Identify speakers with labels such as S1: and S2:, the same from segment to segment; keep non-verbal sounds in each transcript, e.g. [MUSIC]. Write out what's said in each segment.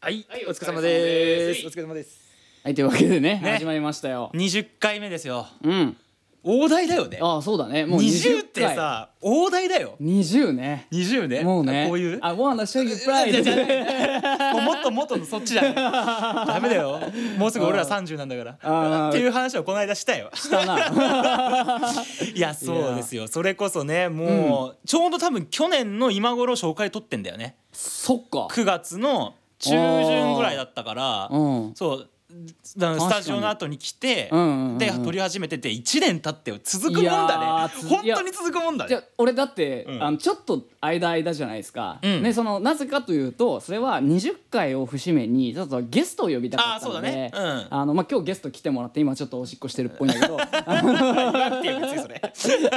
S1: はい
S2: はい、
S1: お疲れ様です。
S2: お
S1: お
S2: 疲
S1: 疲れ様です。
S3: はいというわけでね
S2: ね
S3: 始まりましたよ
S2: 20回目ですよ
S3: うん
S2: 大台だよね
S3: ああそうだねもう
S2: 20
S3: 20
S2: ってさ大台だよ
S3: 20ね
S2: 20ね
S3: もうね
S2: こういう
S3: あ wanna show you
S2: じゃじゃ
S3: pride
S2: もうもっともっとのそっ
S3: [LAUGHS]
S2: ちだよダメだよもうすぐ俺ら30なんだから
S3: あー
S2: っていう話をこの間したよ
S3: だな
S2: [LAUGHS]
S3: い
S2: やそうですよそれこそねもうちょうど多分去年の今頃紹介撮ってんだよね
S3: そっか
S2: 9月の中旬ぐらいだったから
S3: うん
S2: そうだからス
S3: 確かに
S2: タジオの後に来て
S3: うんうんうんうん
S2: で撮り始めてて1年経ってよ続くもんだね
S3: いやーつ
S2: 本当に続くもんだ
S3: じゃ
S2: ね
S3: あ俺だって、
S2: うん
S3: あのちょっと間間じゃないですか、
S2: うん
S3: ねそのなぜかというとそれは20回を節目にちょっとゲストを呼びたか
S2: ああ
S3: った
S2: そう
S3: の
S2: だ
S3: で
S2: ねうん
S3: あのまあ、今日ゲスト来てもらって今ちょっとおしっこしてるっぽいんだけ
S2: [LAUGHS]
S3: ど
S2: なんていう別に
S3: [LAUGHS]
S2: それ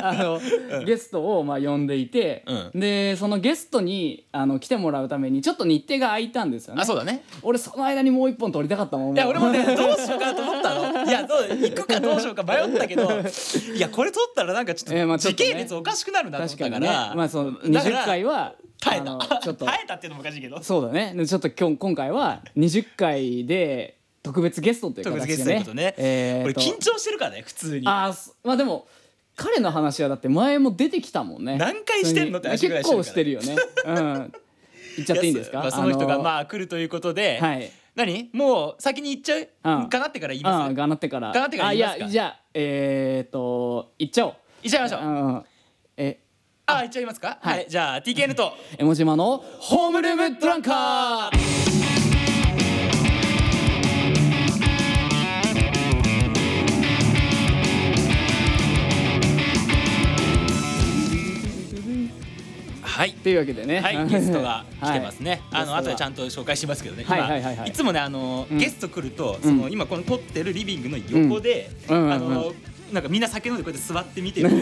S3: あの、ゲストをまあ呼んでいて、
S2: う
S3: でそのゲストにあの来てもらうためにちょっと日程が空いたんですよね
S2: あそうだね
S3: 俺その間にもう一本撮りたかったもん
S2: いや俺も
S3: ね
S2: ねどうしようかなと思ったのいやどう行くかどうしようか迷ったけ
S3: [LAUGHS]
S2: どいやこれ撮ったらなんかち
S3: えー
S2: ょ
S3: ま
S2: っと
S3: あちょ
S2: 時
S3: っとね
S2: 系列おかしくなるなと思っ
S3: 確か
S2: た
S3: に
S2: か
S3: ね
S2: ら
S3: まあその
S2: だから
S3: 20回は
S2: 耐え
S3: あの
S2: た
S3: ちょっ
S2: [LAUGHS]
S3: と
S2: 耐えたっていうのもおかしいけ
S3: [LAUGHS]
S2: ど
S3: そうだねでちょっと今日今回は20回で特別ゲストという
S2: 特別
S3: 形
S2: ゲ
S3: で
S2: ストの
S3: ね
S2: ことね
S3: え
S2: 俺
S3: ーと
S2: 緊張してるからね普通に
S3: あーすまあでも彼の話はだって前も出てきたもんね
S2: 何回してんのって話ぐらい
S3: 結構してるよねうん [LAUGHS] 言っちゃっていいんですか、
S2: やそまあその人が
S3: あ
S2: まあ来るということで
S3: のはい
S2: 何もう先に行っちゃ
S3: う
S2: うんかなってから言い
S3: あ
S2: ま
S3: あ
S2: す
S3: がなってから
S2: がなってから
S3: あい
S2: 言いますか
S3: やじゃあえっ、ー、と言っちゃおう
S2: 行っちゃいましょう
S3: うんえ
S2: あ行っちゃいますか
S3: はい
S2: はいじゃあ TKN と
S3: 江ノ島のホームルームドランカー
S2: はい
S3: というわけでね、 [LAUGHS]
S2: はい、ゲストが来てますね。
S3: はい
S2: あの
S3: ゲストが
S2: 後でちゃんと紹介しますけどね。
S3: はいはいはいはい
S2: 今いつもねあの
S3: うん
S2: ゲスト来るとその今この撮ってるリビングの横で、
S3: うんうんうんうん
S2: あのなんかみんな酒飲んでこうやって座って見てる。[LAUGHS]
S3: [LAUGHS] い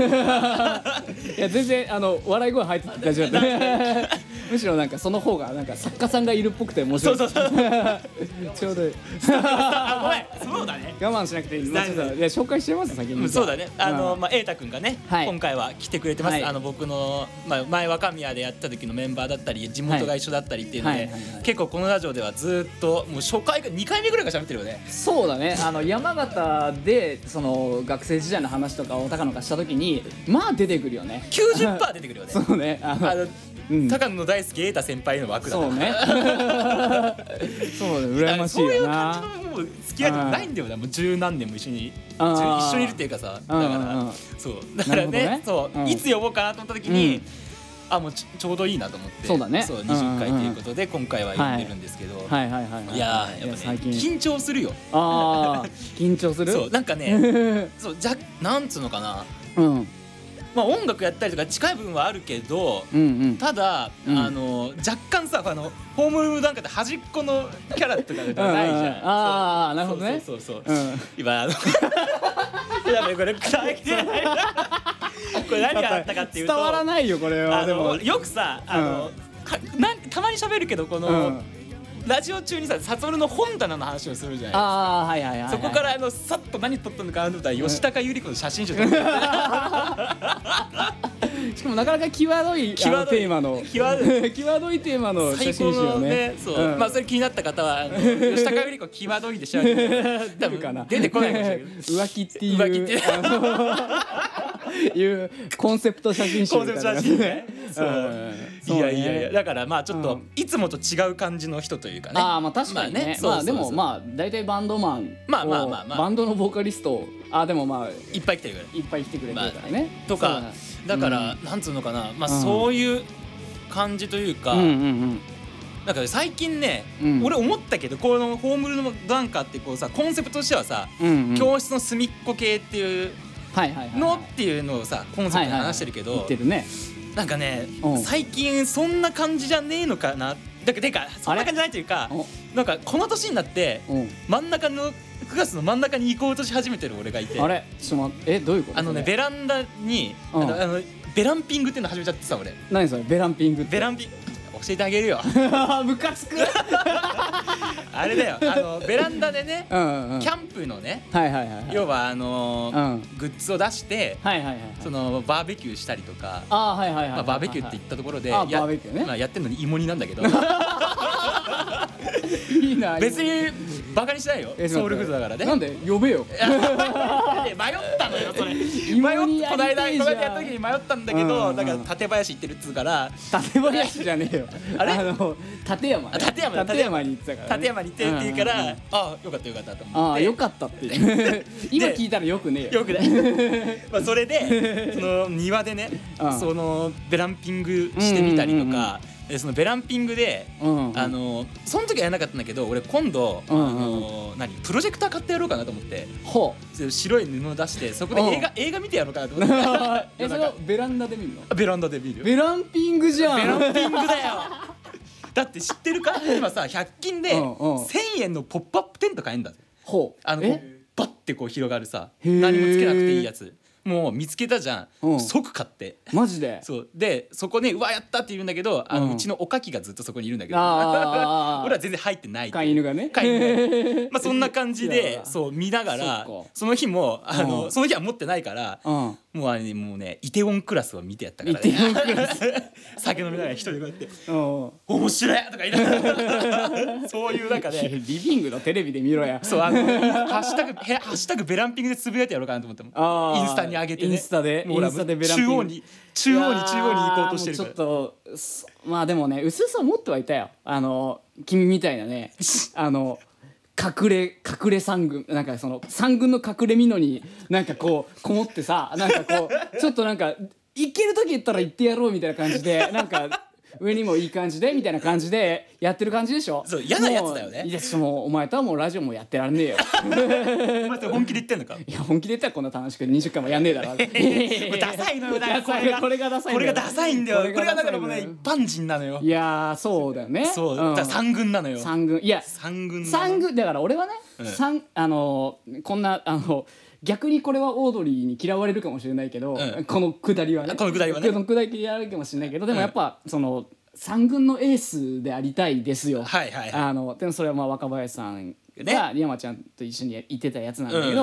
S3: や全然あの笑い声入ってて
S2: [LAUGHS]
S3: 大丈夫だった [LAUGHS] むしろなんかその方がなんか作家さんがいるっぽくて面
S2: そ
S3: 白
S2: う
S3: い
S2: そうそう。
S3: [LAUGHS] ちょうどいい [LAUGHS]
S2: あごめんそうだね。
S3: 我慢しなくていいです
S2: 大丈夫
S3: いや紹介してます先
S2: う
S3: に
S2: んそうだね。あの
S3: うん
S2: まあ瑛太くんがね、
S3: はい
S2: 今回は来てくれてます。
S3: はい
S2: あの僕のまあ前若宮でやった時のメンバーだったり地元が一緒だったりっていうの
S3: はい
S2: で
S3: はいはいは、い
S2: 結構このラジオではずっともう初回か二回目ぐらいから喋ってるよね。
S3: そうだねあの山形でその学生時代の話とかを高野がした時にまあ出てくるよね
S2: 九十パー出てくるよね。
S3: そうねあの
S2: あの
S3: うん
S2: 高野の大好き瑛太先輩の枠だな。
S3: そうね [LAUGHS] そうね羨ましい
S2: そういう
S3: よな
S2: 感じのもう付き合いとかないんだよなもう十何年も一緒に一
S3: あー
S2: 緒にいるっていうかさだか
S3: うんうんう
S2: ら
S3: ん
S2: そうだからね
S3: なる
S2: そ
S3: ほどね
S2: う、
S3: うん
S2: いつ呼ぼうかなと思った時に、
S3: うん
S2: あもうちちょうどいいなと思って
S3: そうだね
S2: そう
S3: うんうんうん
S2: 20回ということで今回は呼んでるんですけど、、
S3: はいはいはいはいい
S2: やーやっぱね
S3: 最近
S2: 緊張するよ
S3: ああ緊張する [LAUGHS]
S2: そうなんかねそうじゃなんつうのかな
S3: うん
S2: まあ音楽やったりとか近い部分はあるけど
S3: うんうん
S2: ただ、
S3: うん
S2: あの若干さあのホームルームなんかって端っこのキャラとかじゃないじゃん
S3: うんうんうん
S2: そう
S3: あーなるほどね
S2: そうそうそうそう
S3: うん
S2: 今あの [LAUGHS] やばいこれ暗い [LAUGHS] これ何があったかっていうと
S3: 伝わらないよこれは
S2: あ
S3: でも
S2: のよくさあの、かなんたまに喋るけどこ
S3: う
S2: の、
S3: ん
S2: ラジオ中にさ悟の本棚の話をするじゃない
S3: ああはいはいはいはい
S2: そこからあのさっと何撮ったのかなと思ったら吉高由里子の写真集撮ってた
S3: しかもなかなか際どい
S2: 際どい
S3: あのテーマの
S2: 際ど
S3: [LAUGHS] 際どいテーマの写
S2: 最高
S3: 真集
S2: の
S3: を
S2: ね
S3: ね、
S2: そう、まあそれ気になった方はあの吉高由里子際どいでしょ
S3: [LAUGHS]
S2: 出
S3: 出るかな
S2: 出てこないかもしれないけど
S3: [LAUGHS] 浮気っていう
S2: 浮気って
S3: あの [LAUGHS] いうコンセプト写真集
S2: コン
S3: み
S2: セ
S3: た
S2: プ
S3: いな
S2: ト写真ね。そう
S3: うん
S2: いやいやい
S3: そう
S2: や、
S3: ね
S2: だからまあちょっ
S3: う
S2: と
S3: ん
S2: いつもと違う感じの人というかね。
S3: ああまあ確かにね,、まあ
S2: そうそうそう
S3: でもまあ大体バンドマン
S2: まあまあまあまあ
S3: をバンドのボーカリストをあでもまあ
S2: いっぱい来てるぐらい。
S3: いっぱい来てくれてるからね、
S2: とか
S3: そう
S2: だ
S3: ね
S2: からなんつうのかな、まあ
S3: うん
S2: そういう感じというか
S3: う、んうんうん
S2: なんか最近ね
S3: うん、
S2: 俺思ったけどこのホームルームドランカーってこうさコンセプトとしてはさ、
S3: うんうんうん
S2: 教室の隅っこ系っていう
S3: はいはいはい
S2: の
S3: は
S2: っていうのをさコン
S3: い
S2: セプ
S3: はい
S2: トで
S3: はい
S2: 話してるけ
S3: 言っ
S2: ど
S3: て、るね
S2: なんかね
S3: うん
S2: 最近そんな感じじゃねえのかな。だからてかそんな感じじゃないというか、
S3: お
S2: なんかこの年になって。
S3: うん
S2: 真ん中の9月の真ん中に行こうとし始めてる俺がいて
S3: あれちょっと待ってえどういうこと
S2: あのね
S3: それ
S2: ベランダに、
S3: うん
S2: あのあのベランピングっていうの始めちゃってさ俺
S3: 何それベランピングって
S2: ベランピン教えてあげる
S3: [LAUGHS]
S2: よ
S3: ムカつく
S2: あれだよあのベランダでね
S3: うんうん
S2: キャンプのね
S3: はいはいはいはい
S2: 要はあのー
S3: うん
S2: グッズを出して
S3: はいはいはいはい
S2: そのバーベキューしたりとか、
S3: あーはいはいはいはい
S2: まあ、バーベキューって言ったところで
S3: あ
S2: や
S3: [LAUGHS] バーベキューね
S2: まあ、やってるのに芋煮なんだけど
S3: いいな
S2: 別にバカにしないよ
S3: え
S2: ソウルフードだからね
S3: な
S2: [LAUGHS]
S3: んで呼べよ
S2: いや迷ったのよそれ
S3: 今
S2: 迷
S3: に
S2: ったこの間
S3: やりたいじゃ
S2: こ
S3: ん
S2: の間やった時に迷ったんだけ
S3: うんうんう
S2: ど
S3: ん
S2: だから館林行ってるっつうから
S3: 館林じゃねえよ
S2: あれ
S3: の立山ね
S2: あ立山だ
S3: 立山に行ってたから
S2: 館
S3: ね、
S2: 山に行ってって言うか
S3: んん
S2: ら
S3: ん
S2: ああよかったよかったと思
S3: あ
S2: っ
S3: あ
S2: て
S3: よかったっ
S2: [LAUGHS]
S3: ていう今聞いたらよくねえよ
S2: よくない [LAUGHS] まあそれでその庭でね
S3: [LAUGHS] うん
S2: そのベランピングしてみたりとかでそのベランピングで
S3: うんうん
S2: あのその時はやらなかったんだけど俺今度あ
S3: うんうん
S2: の何プロジェクター買ってやろうかなと思って
S3: ほう
S2: 白い布出してそこで映画映画見てやろうかなと思って
S3: [LAUGHS] えそれをベランダで見るの
S2: ベランダで見る
S3: ベランピングじゃん
S2: ベランピングだよだって知ってるか今さ100均で
S3: うんうん
S2: 1,000円のポップアップテント買えんだぜ
S3: ほう
S2: あのこうバッてこう広がるさ
S3: へー
S2: 何もつけなくていいやつもう見つけたじゃん、
S3: うん
S2: 即買って
S3: マジで
S2: そうでそこねうわやったって言うんだけどあの、
S3: う
S2: うんちのおかきがずっとそこにいるんだけど [LAUGHS] 俺
S3: あー
S2: は全然入ってないっていう
S3: 飼い犬がね
S2: 飼い
S3: [LAUGHS]
S2: 犬がまあそんな感じ
S3: いやい
S2: で
S3: や
S2: そう見ながら
S3: そっ
S2: そ
S3: か
S2: の日もあの、
S3: うん
S2: その日は持ってないから、
S3: うん
S2: もうあれもうねイテウォンクラスを見てやったから、ね、
S3: イテウォン
S2: クラス [LAUGHS] 酒飲みながら一人でこうやって
S3: うん
S2: 「面白い!」とか言いなが
S3: [LAUGHS]
S2: らそういう中
S3: いや
S2: で
S3: リビングのテレビで見ろや
S2: そうあのハッシュタグへハッシュタグベランピングでつぶやいてやろうかなと思っても
S3: あー
S2: インスタに上げてね
S3: インスタで
S2: もうほら
S3: インスタでベランピング
S2: 中央に中央に中央に行こうとしてる
S3: い
S2: か
S3: や
S2: ら
S3: ーもうちょっとそまあでもね薄々持ってはいたよあの君みたいなねあの隠れ隠れ三軍なんかその三軍の隠れみのになんかこうこもってさなんかこうちょっとなんか行ける時行ったら行ってやろうみたいな感じでなんか。上にもいい感じでみたいな感じでやってる感じでしょ
S2: そう嫌なやつだよね
S3: もういやちょっともうお前とはもうラジオもやってらんねえよ
S2: お前それ本気で言ってんの
S3: [LAUGHS]
S2: か
S3: いや本気で言ったらこんな楽しく20回もやんねえだろ
S2: [LAUGHS] もうダサいのよだからこ
S3: い
S2: れ
S3: や
S2: が
S3: これがダサい
S2: こ
S3: んだよ
S2: れがダサいんだよこれがだからもうね
S3: ダサいんだよ
S2: 一般人なのよ
S3: いやーそうだよね
S2: そうだ
S3: ん
S2: から三軍なのよ
S3: 三軍いや
S2: 三軍なの
S3: 三軍だから俺はね、
S2: うん
S3: 三あのーこんなあの逆にこれはオードリーに嫌われるかもしれないけど、
S2: うん
S3: このくだりはね
S2: このくだりはね
S3: このくだり嫌われるかもしれないけどでもやっぱ、その三軍のエースでありたいですよ。
S2: はいはいはい
S3: あのでもそれはまあ若林さん
S2: ね
S3: が山ちゃんと一緒にいてたやつなんだけど、
S2: うん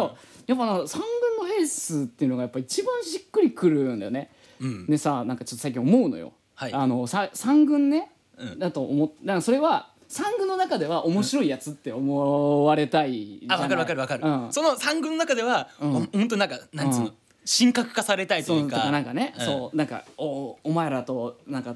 S3: やっぱあの三軍のエースっていうのがやっぱ一番しっくりくるんだよね。
S2: うん
S3: でさなんかちょっと最近思うのよ、
S2: はい
S3: あのさ三軍ね、
S2: うん
S3: だと思っだからそれは三軍の中では面白いやつって思われたいじゃ
S2: あ
S3: ない
S2: わかるわかるわかる、
S3: うん
S2: その三軍の中では、
S3: うん
S2: ほん、本当なんかなんつうの、
S3: うん
S2: 神格化されたいと
S3: そ
S2: いうう
S3: と
S2: か
S3: かなんかね、
S2: うん
S3: そうなんかおお前らとなんか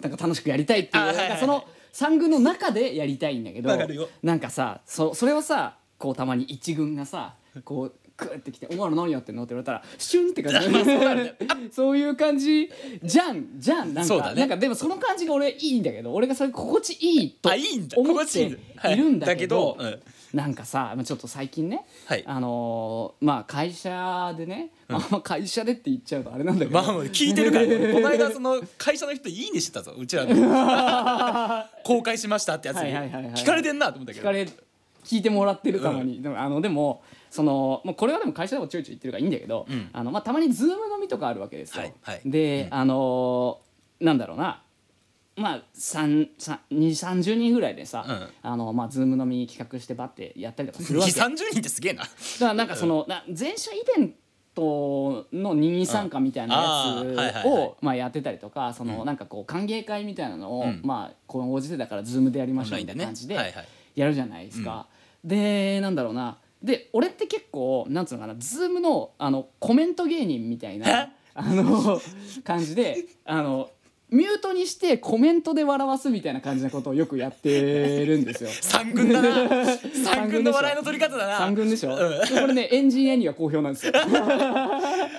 S3: なんか楽しくやりたいっていう
S2: あはいはいはい
S3: なんかその三軍の中でやりたいんだけど
S2: わかるよ
S3: なんかさそそれをさこうたまに一軍がさこうクーってきて「お前ら何やってんの?」って言われたらシュンって感
S2: [LAUGHS]
S3: じそういう感じじゃんじゃんなん
S2: そう
S3: か,、
S2: だね
S3: なんかでもその感じが俺いいんだけど俺がそれ心地いいと
S2: あいいんだ
S3: 思っ
S2: 心地い
S3: て
S2: いんだはい
S3: いるんだけど
S2: だけど
S3: なんかさまあちょっと最近ね、
S2: はい
S3: あのーまあ会社でね、あんま会社でって言っちゃうとあれなんだけど、
S2: まあまあ聞いてるからねこの間その会社の人いいねしてたぞうちらの公開しましたってやつ
S3: は
S2: に
S3: いはいはいはい
S2: 聞かれてんなと思ったけ
S3: 聞
S2: ど
S3: かれ聞いてもらってるたまに、でもあのでもそのもうこれはでも会社でもちょいちょい言ってるからいいんだけど、
S2: うん
S3: あのまあ、たまにズーム飲みとかあるわけですよ。
S2: はいはい
S3: で、あのーなんだろうなまあ3 3 2三3 0人ぐらいでさ、
S2: うん
S3: あのまあ、ズーム飲み企画してバッてやったりとか
S2: [LAUGHS]
S3: するわけ
S2: 230人ってすげえな
S3: だからなんかその、な全社イベントの任意参加みたいな
S2: うんあー
S3: や
S2: はい
S3: つ
S2: はいはい
S3: をまあやってたりとかそのなんかこう歓迎会みたいなのを、
S2: うん
S3: まあこのご時世だからズームでやりま
S2: オン
S3: しょ
S2: ラ
S3: う
S2: イン
S3: み
S2: で
S3: たいな
S2: ね
S3: 感じ
S2: はい
S3: で
S2: はい
S3: やるじゃないですか。でなんだろうなで俺って結構なんつうのかなズームのあのコメント芸人みたいな
S2: え
S3: あの感じ
S2: [LAUGHS]
S3: であのミュートにしてコメントで笑わすみたいな感じなことをよくやってるんで
S2: [LAUGHS]
S3: すよ。
S2: 三軍だな三
S3: 三
S2: 軍
S3: 軍
S2: の
S3: でしょ
S2: 笑いの取り方だな
S3: 三軍でし
S2: う
S3: ょ、
S2: ん
S3: これねエンジニアには好評なんですよ。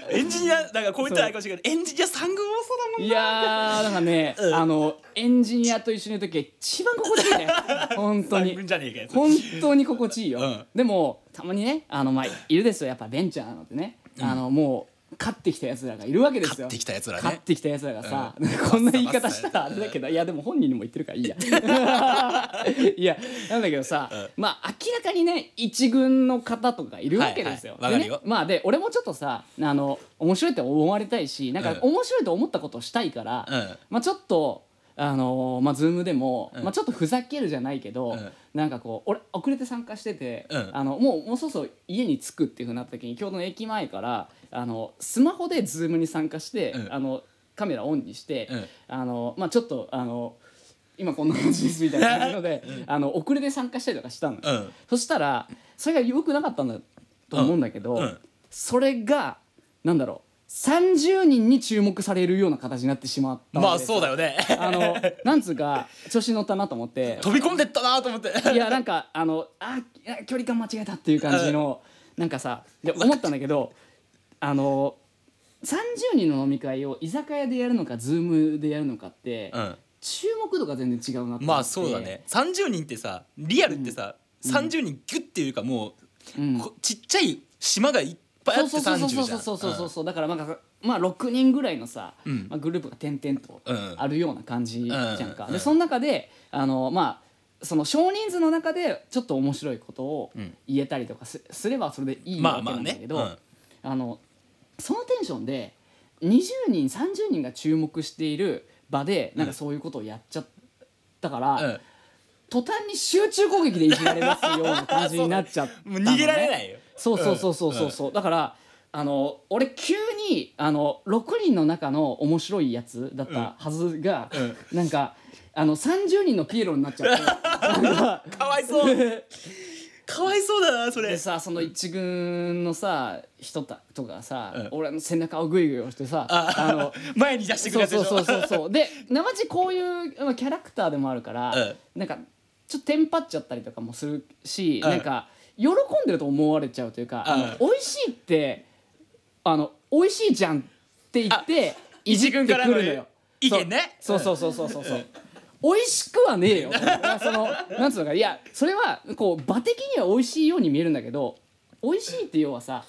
S2: エンジニアだからこう言ったらあれかもしれないけどエンジニア三軍多そうだもん
S3: いやーなんかね、
S2: うん
S3: あのエンジニアと一緒にいる時が一番心地いいね
S2: [LAUGHS]
S3: 本当
S2: 三
S3: に
S2: 軍じゃねえかよ
S3: 本当に心地いいよ、
S2: うん
S3: でもたまにねあのまあいるですよやっぱベンチャーなのでね、あのもう勝ってきたやつらがいるわけです
S2: 勝
S3: よ
S2: ってきたやつら
S3: 勝
S2: ね
S3: ってきたやつらがさ、こんな言い方したらあれだけどいやでも本人にも言ってるか
S2: [LAUGHS]
S3: らいいやいやなんだけどさ、まあ明らかにね一軍の方とかいるわけですよ。
S2: はいはい
S3: で
S2: わか
S3: ね
S2: るよ
S3: まあで俺もちょっとさあの面白いって思われたいしなんか
S2: うん
S3: 面白いと思ったことをしたいから、
S2: うん
S3: まあちょっと。あのーまあ、ズームでも、
S2: うん
S3: まあ、ちょっとふざけるじゃないけど、
S2: うん
S3: なんかこう俺遅れて参加してて、
S2: うん
S3: あのもうもうそろそろ家に着くっていうふうになった時に京都の駅前からあのスマホでズームに参加して、
S2: うん
S3: あのカメラオンにして、
S2: うん
S3: あのまあ、ちょっとあの今こんな感じですみたいな感じので、あの遅れで参加したりとかしたのよ、
S2: うん
S3: そしたらそれが良くなかったんだと思うんだけど、
S2: うんうん
S3: それがなんだろう30人に注目されるような形になってしまった
S2: まあそう
S3: だ
S2: だよね
S3: あのなんつうか調子に乗ったなと思って
S2: 飛び込んでったなと思って
S3: いやなんかあのあいや距離感間違えたっていう感じのなんかさで思ったんだけどあの30人の飲み会を居酒屋でやるのか Zoom でやるのかって、
S2: うん
S3: 注目度が全然違うなって思って
S2: まあそうだね30人ってさリアルってさ、30人ギュッていうかもう、
S3: うん
S2: こちっちゃい島がいっぱいあ
S3: そう
S2: って
S3: そうそう
S2: 30じゃん
S3: そうそうそうそうだからなんかまあ6人ぐらいのさ、
S2: ん
S3: まあ、グループが点々と
S2: うん
S3: あるような感じじゃんか、
S2: うん
S3: でその中であのまあその少人数の中でちょっと面白いことを
S2: うん
S3: 言えたりとかす,、すればそれでいい
S2: まあ
S3: わけなんだけど、
S2: まあね
S3: あのそのテンションで20人30人が注目している場でなんかそういうことをやっちゃったから、
S2: うんうん
S3: 途端に集中攻撃でいじられますような感じになっちゃったの、ね、
S2: [LAUGHS] もう逃げられないよ
S3: そうそうそうそうそうそう、だからあの俺急にあの6人の中の面白いやつだったはずが、なんかあの30人のピエロになっちゃって [LAUGHS] なんか
S2: かわいそう
S3: [LAUGHS]
S2: かわいそうだなそ
S3: で
S2: れ
S3: さその一軍のさ人たとかさ、
S2: うん
S3: 俺の背中をグイグイ押してさ
S2: あ
S3: あの
S2: [LAUGHS] 前に出してくる
S3: そう
S2: やつでし
S3: そ
S2: ょ
S3: うそうそうそうで生地こういうまあキャラクターでもあるから、
S2: う
S3: なんかちょっとテンパっちゃったりとかもするし、
S2: うん
S3: なんか喜んでると思われちゃうというか、あ
S2: う
S3: の美味しいってあの美味しいじゃんって言っていじってくるのよ
S2: 一軍からの意見ね
S3: そうそうそうそうそうそう、美味しくはねえよまあそのなんつうのかいやそれはこう場的には美味しいように見えるんだけど美味しいって要はさ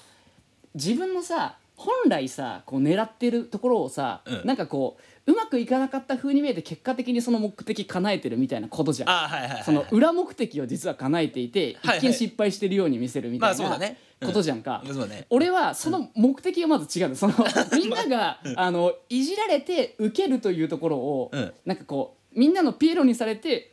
S3: 自分のさ本来さこう狙ってるところをさ、
S2: うん
S3: なんかこううまくいかなかった風に見えて結果的にその目的叶えてるみたいなことじゃん。
S2: ああはいはい、はい、
S3: その裏目的を実は叶えていて、
S2: はいはい
S3: 一見失敗してるように見せるみた
S2: ま
S3: い
S2: あそう
S3: な
S2: だねうん
S3: ことじゃんか、
S2: そうだね
S3: 俺はその目的がまず違うのその
S2: [LAUGHS]
S3: みんながあのいじられて受けるというところを、
S2: うん
S3: なんかこうみんなのピエロにされて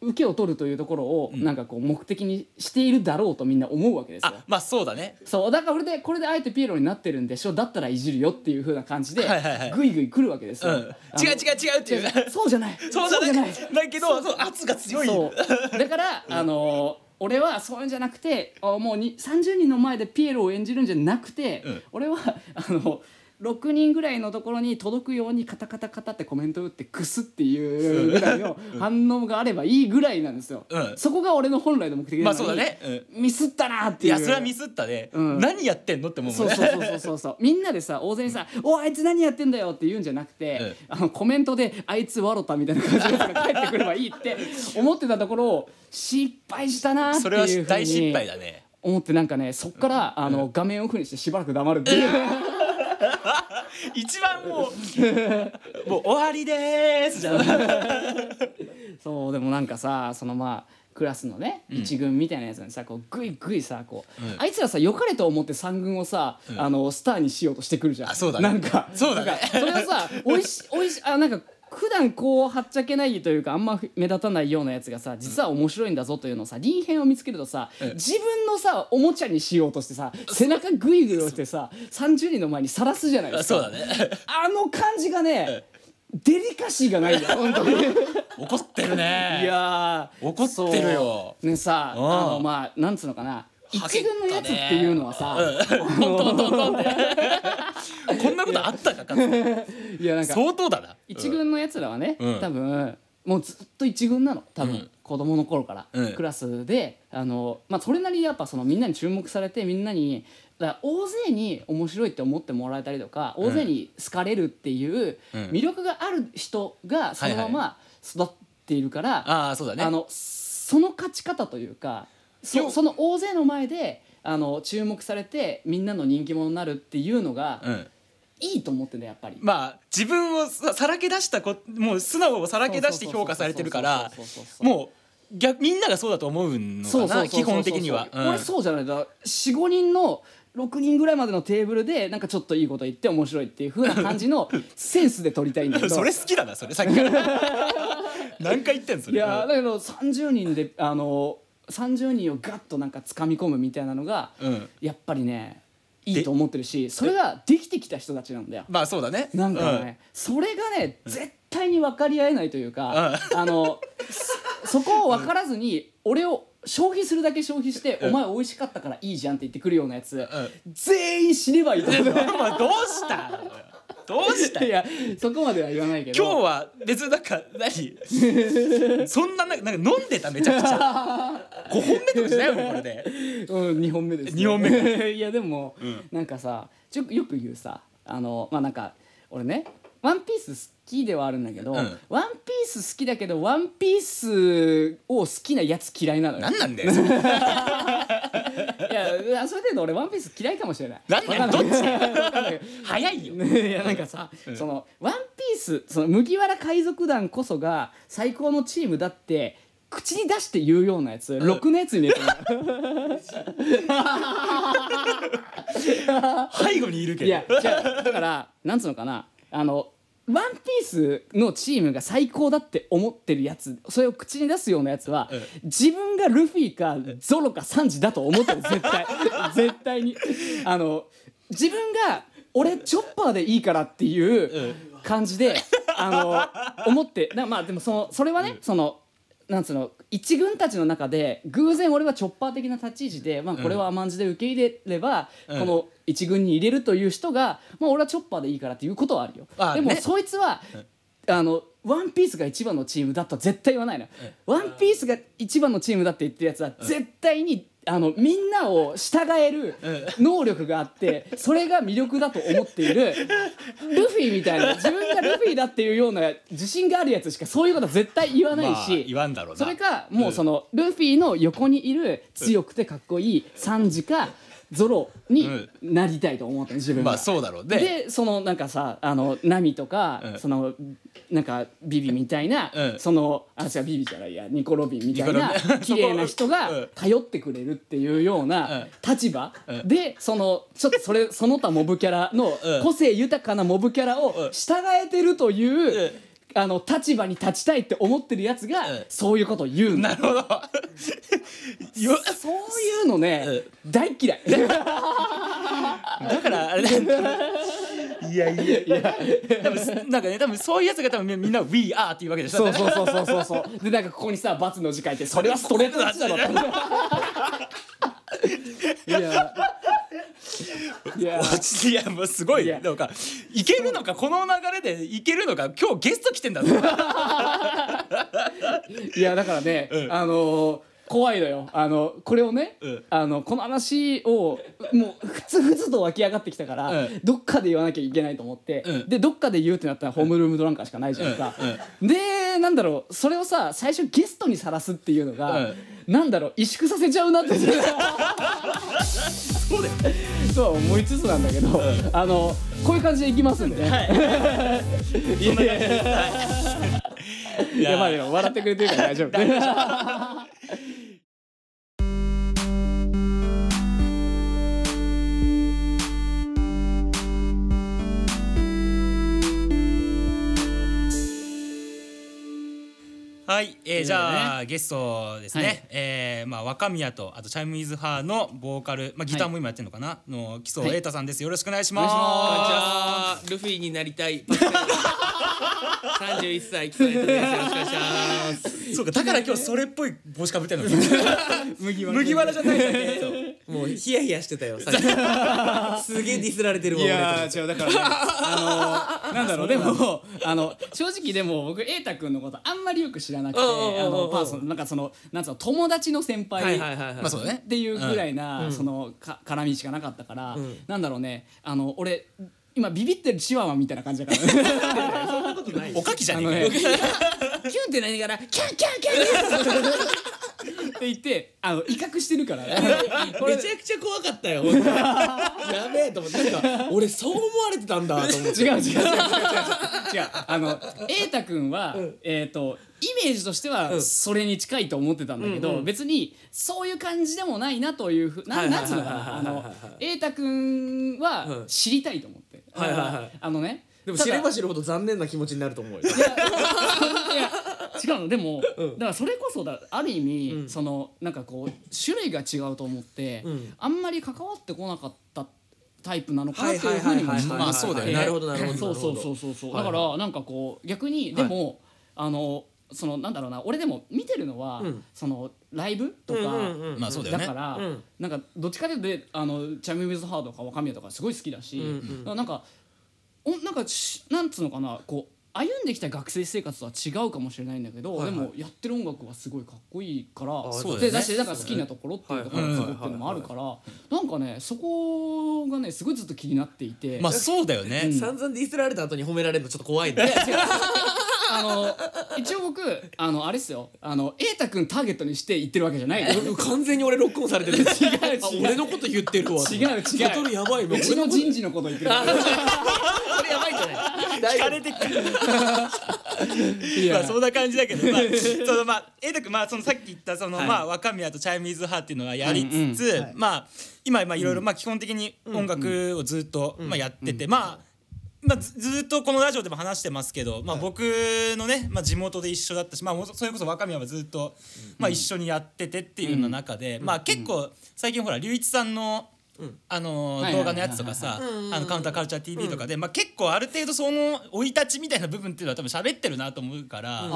S3: 受けを取るというところを、
S2: ん
S3: なんかこう目的にしているだろうとみんな思うわけですよ
S2: あ。まあそうだね
S3: そうだから俺でこれであえてピエロになってるんでしょだったらいじるよっていう風な感じで
S2: はいはいはい
S3: グイグイ来るわけです
S2: うん
S3: よ。
S2: 違う
S3: あの
S2: 違う違うっていう
S3: [LAUGHS] そうじゃない
S2: そうだねだけどそう圧が強い
S3: そうだから、あのー俺はそういうんじゃなくてあもうに30人の前でピエロを演じるんじゃなくて、
S2: うん
S3: 俺はあの6人ぐらいのところに届くようにカタカタカタってコメント打ってクスっていうぐらいの反応があればいいぐらいなんですよ、
S2: うん
S3: そこが俺の本来の目的なのに
S2: まあそうだね
S3: ミスったなーって
S2: い
S3: い
S2: や
S3: う
S2: それはミスったね、
S3: うん
S2: 何やってんのって思うも
S3: そ
S2: ん
S3: う
S2: ね
S3: そうそうそうそうそうみんなでさ大勢にさ「おあいつ何やってんだよ」って言うんじゃなくて、あのコメントで「あいつわろた」みたいな感じで返ってくればいいって思ってたところを失敗したなって
S2: [LAUGHS] それはい
S3: うふう
S2: 大失
S3: に
S2: 敗だね
S3: 思ってなんかねそっからあの、画面オフにしてしばらく黙るっていう
S2: 一番も
S3: [LAUGHS]
S2: うもう終わりでーすじゃん
S3: [LAUGHS] そうでもなんかさそのまあクラスのね一軍みたいなやつにさこうグイグイさこう、あいつらさ良かれと思って三軍をさ、あのスターにしようとしてくるじゃん
S2: あそうだね
S3: なんか
S2: そうだね
S3: なんかそれは
S2: [LAUGHS]
S3: さおいしおいしあなんか普段こうはっちゃけないというかあんま目立たないようなやつがさ実は面白いんだぞというのをさ臨変を見つけるとさ自分のさおもちゃにしようとしてさ背中グイグイ押してさ30人の前にさらすじゃないです
S2: [LAUGHS]
S3: か
S2: そうだね
S3: [LAUGHS] あの感じがねデリカシーがないんだよ
S2: [LAUGHS]
S3: 本当に。
S2: 怒ってるね
S3: いやー
S2: 怒ってるよ
S3: そうねさあ
S2: うん
S3: のまあなんつうのかな
S2: はげ
S3: 一
S2: ったね
S3: 軍のやつっていうのはさ、
S2: うんトントントントンってこんなことあったかかつて
S3: いやなんか
S2: 相当だな
S3: 一軍のやつらはね、
S2: うん
S3: 多分もうずっと一軍なの多分、
S2: うん
S3: 子供の頃から、
S2: うん
S3: クラスであの、まあ、それなりにやっぱそのみんなに注目されてみんなにだから大勢に面白いって思ってもらえたりとか大勢に好かれるっていう
S2: うん
S3: 魅力がある人がそのまま育っているから、
S2: ああそうだね
S3: あのその勝ち方というかそ
S2: よ
S3: その大勢の前であの注目されてみんなの人気者になるっていうのが、
S2: うん
S3: いいと思ってんだやっぱり。
S2: まあ自分をささらけ出したこもう素直をさらけ出して評価されてるから
S3: そうそうそうそう
S2: もう逆みんながそうだと思う
S3: そ
S2: のか
S3: うそうそうそう
S2: な基本的には、うん
S3: 俺そうじゃないだ45人の6人ぐらいまでのテーブルでなんかちょっといいこと言って面白いっていう風な感じ
S2: [LAUGHS]
S3: のセンスで撮りたいんだけど
S2: それ好きだなそれさっ
S3: [LAUGHS]
S2: きから何回言ってんのそ
S3: い
S2: れ
S3: や
S2: うん
S3: だけど30人であの30人をガッとなんか掴み込むみたいなのが、
S2: うん
S3: やっぱりねいいと思ってるしそれができてきた人たちなんだよ
S2: まあそうだね
S3: なんかね、それがね絶対に分かり合えないというか、あのそそこを分からずに俺を消費するだけ消費して「お前美味しかったからいいじゃん」って言ってくるようなやつ、全員死ねばいいと思う
S2: うん、 [LAUGHS] お前どうしたのどう
S3: [LAUGHS]
S2: した
S3: いやそこまでは言わないけど
S2: 今日は別になんか何そんななんかなんか飲んでためちゃくちゃ5本目とかしないよねこれで
S3: うん、2本目です、ね、
S2: 二本
S3: [LAUGHS] いやでも、なんかさちょよく言うさあのまあなんか俺ね「ワンピース好きではあるんだけど「
S2: ん
S3: ワンピース好きだけど「ワンピースを好きなやつ嫌いなのよ。
S2: 何なんだよそれ
S3: いやいやそれで俺「ワンピース嫌いかもしれない。
S2: 何なんど
S3: わか
S2: っ
S3: んないわかんない
S2: 早いよ
S3: ねいやなんかさ、そのワンピースその麦わら海賊団こそが最高のチームだって口に出して言うようなやつ、ろくなやついねえと思う [LAUGHS]
S2: 背後にいるけ
S3: いや
S2: ど
S3: じゃあだからなんつうのかなあのワンピースのチームが最高だって思ってるやつそれを口に出すようなやつは、自分がルフィかゾロかサンジだと思ってる絶対絶対にあの自分が俺チョッパーでいいからっていう感じで、あの思ってなまあでもそのそれはね、そのなんつうの一軍たちの中で偶然俺はチョッパー的な立ち位置で、まあ、これは甘んじで受け入れれば、この一軍に入れるという人が、まあ、俺はチョッパーでいいからっていうことはあるよ
S2: あ
S3: でも
S2: ね
S3: そいつは、あのワンピースが一番のチームだとは絶対言わないの、ワンピースが一番のチームだって言ってるやつは絶対に、あのみんなを従える能力があって、それが魅力だと思っているルフィみたいな自分がルフィだっていうような自信があるやつしかそういうことは絶対言わない
S2: まあ
S3: し、
S2: 言わんだろうな
S3: それかもうその、ルフィの横にいる強くてかっこいいサンジかゾロになりたいと思って自分が。
S2: まあそうだろうね
S3: でそのなんかさあのナミとか、
S2: うん
S3: そのなんかビビみたいな、
S2: うん
S3: そのあ違うビビじゃないやニコロビンみたいな
S2: ニコロビン [LAUGHS]
S3: 綺麗な人が
S2: うん
S3: 通ってくれるっていうよう
S2: う
S3: なん立場、
S2: うん
S3: でそのちょっとそれその他モブキャラの
S2: うん
S3: 個性豊かなモブキャラを
S2: ん
S3: 従えてるという、
S2: うん
S3: あの立場に立ちたいって思ってるやつが、
S2: うん
S3: そういうことを言うんだ
S2: なるほどよ
S3: そういうのね、大嫌い。
S2: だからあれなんだいやいやいや多分なんかね多分そういうやつが多分みんな「We are」っていうわけでしょ
S3: そうそうそうそうそうそう [LAUGHS] でなんかここにさ「罰の字書いてそれはストレートだちだろいやいや
S2: いやもうすごい
S3: いや
S2: なんかいけるのかこの流れでいけるのか今日ゲスト来てんだぞ
S3: いやだからね、
S2: うん
S3: あのー怖いのよあのこれをね、
S2: うん
S3: あのこの話をもうふつふつと湧き上がってきたから、
S2: うん
S3: どっかで言わなきゃいけないと思って、
S2: うん
S3: でどっかで言うってなったらホームルームドランカーしかないじゃないですか、でなんだろうそれをさ最初ゲストにさらすっていうのが、なんだろう萎縮させちゃうなって
S2: そうだよ
S3: とは思いつつなんだけど、あのこういう感じでいきますんでね、 [LAUGHS]
S2: はい
S3: い、やいやい
S2: い
S3: やまあでも笑ってくれてるから大丈
S2: [LAUGHS]
S3: 夫
S2: はい、えー、じ
S3: というこ
S2: ゃあ、ゲストですね、
S3: はい
S2: えーまあ、若宮とあとチャイムイズハーのボーカル、まあ、ギターも今やってるのかな、の木曽瑛太さんです、よろしくお願いします
S3: お願いし
S1: あールフィになりたい。三十一歳キツネです。よろしくお願いします。
S2: そうかだから今日それっぽい帽子かぶってるの [LAUGHS] 麦わら麦わらじゃないんだけど
S1: もうヒヤヒヤしてたよ。さっ
S2: [LAUGHS]
S1: きすげえディスられてるわ。
S3: いや
S1: 俺
S3: ー違うだからねあのなんだろうでもあの正直でも僕瑛太君のことあんまりよく知らなくて
S1: うんうんうんうん
S3: あのパーソンなんかそのなんつうの友達の先輩
S1: はいはいはいはい
S2: まあそうだね
S3: っていうぐらいな、そのか絡みしかなかったから、なんだろうねあの俺今ビビってるチワワみたいな感じだからね
S2: おかきじゃ
S3: あ
S2: ね
S3: の
S2: えかよ
S3: ねキュンってなりながらキャンキャンキャンキャンって言ってあの威嚇してるから
S1: めちゃくちゃ怖かったよ。本当にやべえと思って。なんか俺そう思われてたんだと思っ
S3: 違う違う違う違う違う
S1: て。 [LAUGHS]
S3: 違うあの瑛太君は、えっ、とイメージとしてはそれに近いと思ってたんだけど、別にそういう感じでもないなというふうな
S1: はいはい
S3: なん
S1: はい
S3: つうのかなあの瑛太君は
S1: ん
S3: 知りたいと思って、
S1: はいはいはい
S3: あのね
S1: でも
S3: ただ
S1: 知れば知るほど残念な気持ちになると思うよ。
S3: いや違うのでも、だからそれこそだある意味、そのなんかこう種類が違うと思って、あんまり関わってこなかったタイプなのかなって
S2: はいいうはい
S3: ふう
S2: はいは
S3: に
S2: い
S3: も
S2: はい
S3: 思って
S2: まあそうだよね
S1: なるほどなるほど
S3: そうそう
S1: なる
S3: そ
S1: ほ
S3: うそうそう
S1: は
S3: だ
S1: い
S3: からなんかこう逆にでもあのそのなんだろうな俺でも見てるのは
S1: うん
S3: そのライブとか
S1: うんうんうん
S2: まあそうだよ
S3: だ
S2: ね
S3: から
S1: うん
S3: なんかどっちかというとであのチャイム・ウィズ・ハーとか若宮とかすごい好きだし
S1: うんうん
S3: だからなんかおなんかしなんつうのかなこう歩んできた学生生活とは違うかもしれないんだけど、
S1: はいはい
S3: でもやってる音楽はすごいかっこいいから
S1: そうだよね
S3: でだしなんか好きなところっていうところがすごいっていうのもあるから、なんかねそこがねすごいずっと気になっていて、
S2: まあそうだよね、
S1: 散々ディスられた後に褒められるのちょっと怖いんで
S3: あの一応僕あのあれですよあの瑛太君ターゲットにして言ってるわけじゃないです
S1: うん完全に俺ロックオンされてる [LAUGHS] 違
S3: 違う
S1: 俺のこと言ってるわ
S3: 違う違う
S1: サトルやばいも
S3: う
S1: う
S3: ち
S1: 俺
S3: の
S1: の
S3: 人事のこと言ってるわけ
S1: これやばいんじゃない大丈夫
S2: てっから
S3: いや
S2: まあそんな感じだけ
S3: [LAUGHS]
S2: ど、まあ、そのまあ、えとくん、まあ、そのさっき言った、その、
S1: はい
S2: まあ、若宮とチャイムイズ派っていうのはやりつつ。まあ、今、まあ、いろいろ、まあ、基本的に音楽をずっと、まあ、やってて、まあ。まあ、ずずっとこのラジオでも話してますけど、まあ、僕のね、まあ、地元で一緒だったし、まあ、もうそれこそ若宮はずっと、まあ、一緒にやっててっていうような中で、まあ、結構最近ほら隆一さんの、あの
S3: はいはいはいはい
S2: 動画のやつとかさ「あのカウンターカルチャー TV」とかで、まあ、結構ある程度その生い立ちみたいな部分っていうのは多分喋ってるなと思うから、
S3: あ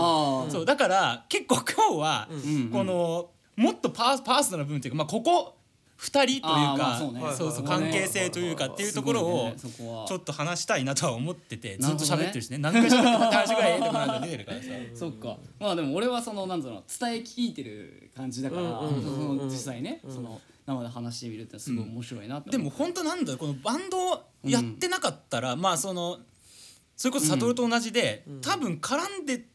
S3: ー
S2: そうだから結構今日はこのもっとパーパーソナルな部分っていうか、まあ、ここ2人という
S3: あーま
S2: か
S3: あそうね
S2: そうそう
S3: はいはい
S2: 関係性というかっていうところ
S3: すごい
S2: を
S3: ねそこは
S2: ちょっと話したいなとは思ってて
S3: な
S2: ず
S3: る
S2: っと
S3: ほどね
S2: 喋ってるしね何回喋っても大事ぐらいええとこなんか出てるからさ。
S3: そっかまあでも俺はそのなんだろうの伝え聞いてる感じだから、その実際ね、その生で話してみるってすごい面白いなって
S2: で
S3: 思う
S2: も本当なんだよこのバンドをやってなかったら、まあそのそれこそ悟と同じで、多分絡んで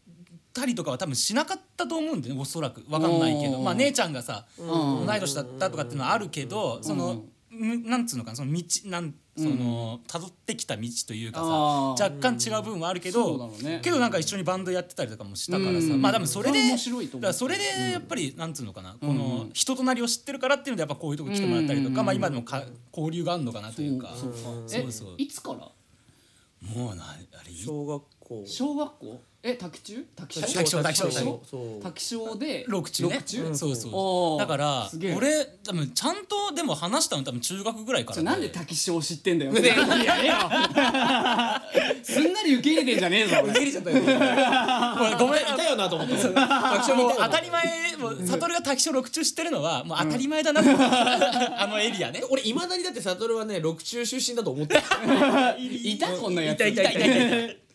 S2: たりとかは多分しなかったと思うんだよねおそらくわかんないけど
S3: おー
S2: まあ姉ちゃんがさ、
S3: ん
S2: 同い年だったとかっていうのはあるけど、その、むなんつうのかなその道なんその辿ってきた道というかさ、
S3: あー
S2: 若干違う部分はあるけ
S3: そ
S2: ど、
S3: うだろうね
S2: けどなんか一緒にバンドやってたりとかもしたからさ、
S3: うん
S2: まあ多分それで
S3: それ面白いと思う
S2: だからそれでやっぱりなんつうのかな、この人となりを知ってるからっていうのでやっぱこういうとこ来てもらったりとか、
S3: うん
S2: まあ今でもか交流があるのかなというか
S3: そうか
S2: そ
S3: え
S2: うそう
S3: いつから
S2: もうなあれ
S1: 小学校
S3: 小学校え卓中卓中
S2: 卓球卓球
S1: そうそう
S3: 卓上で
S2: 六中ね
S3: 六中
S2: そう
S3: お
S2: そう
S3: ー
S2: だから
S3: すげえ
S2: 俺多分ちゃんとでも話したの多分中学ぐらいか
S3: ち
S2: ら
S3: ょなんで滝章知ってんだよ。すんなり受け入れてんじゃねえぞ。
S1: 逃げれちゃったよ俺
S2: 俺ごめん
S1: いたよなと思って卓
S2: で
S1: 上
S2: も
S1: にい
S2: 当
S1: た
S2: たり前もう悟が滝所六中知ってるのはもう当たり前だ
S3: [LAUGHS]
S2: なと思ってあのエリアね
S1: 俺いまだにだって悟はね六中出身だと思ってる
S3: いたこんなやつ。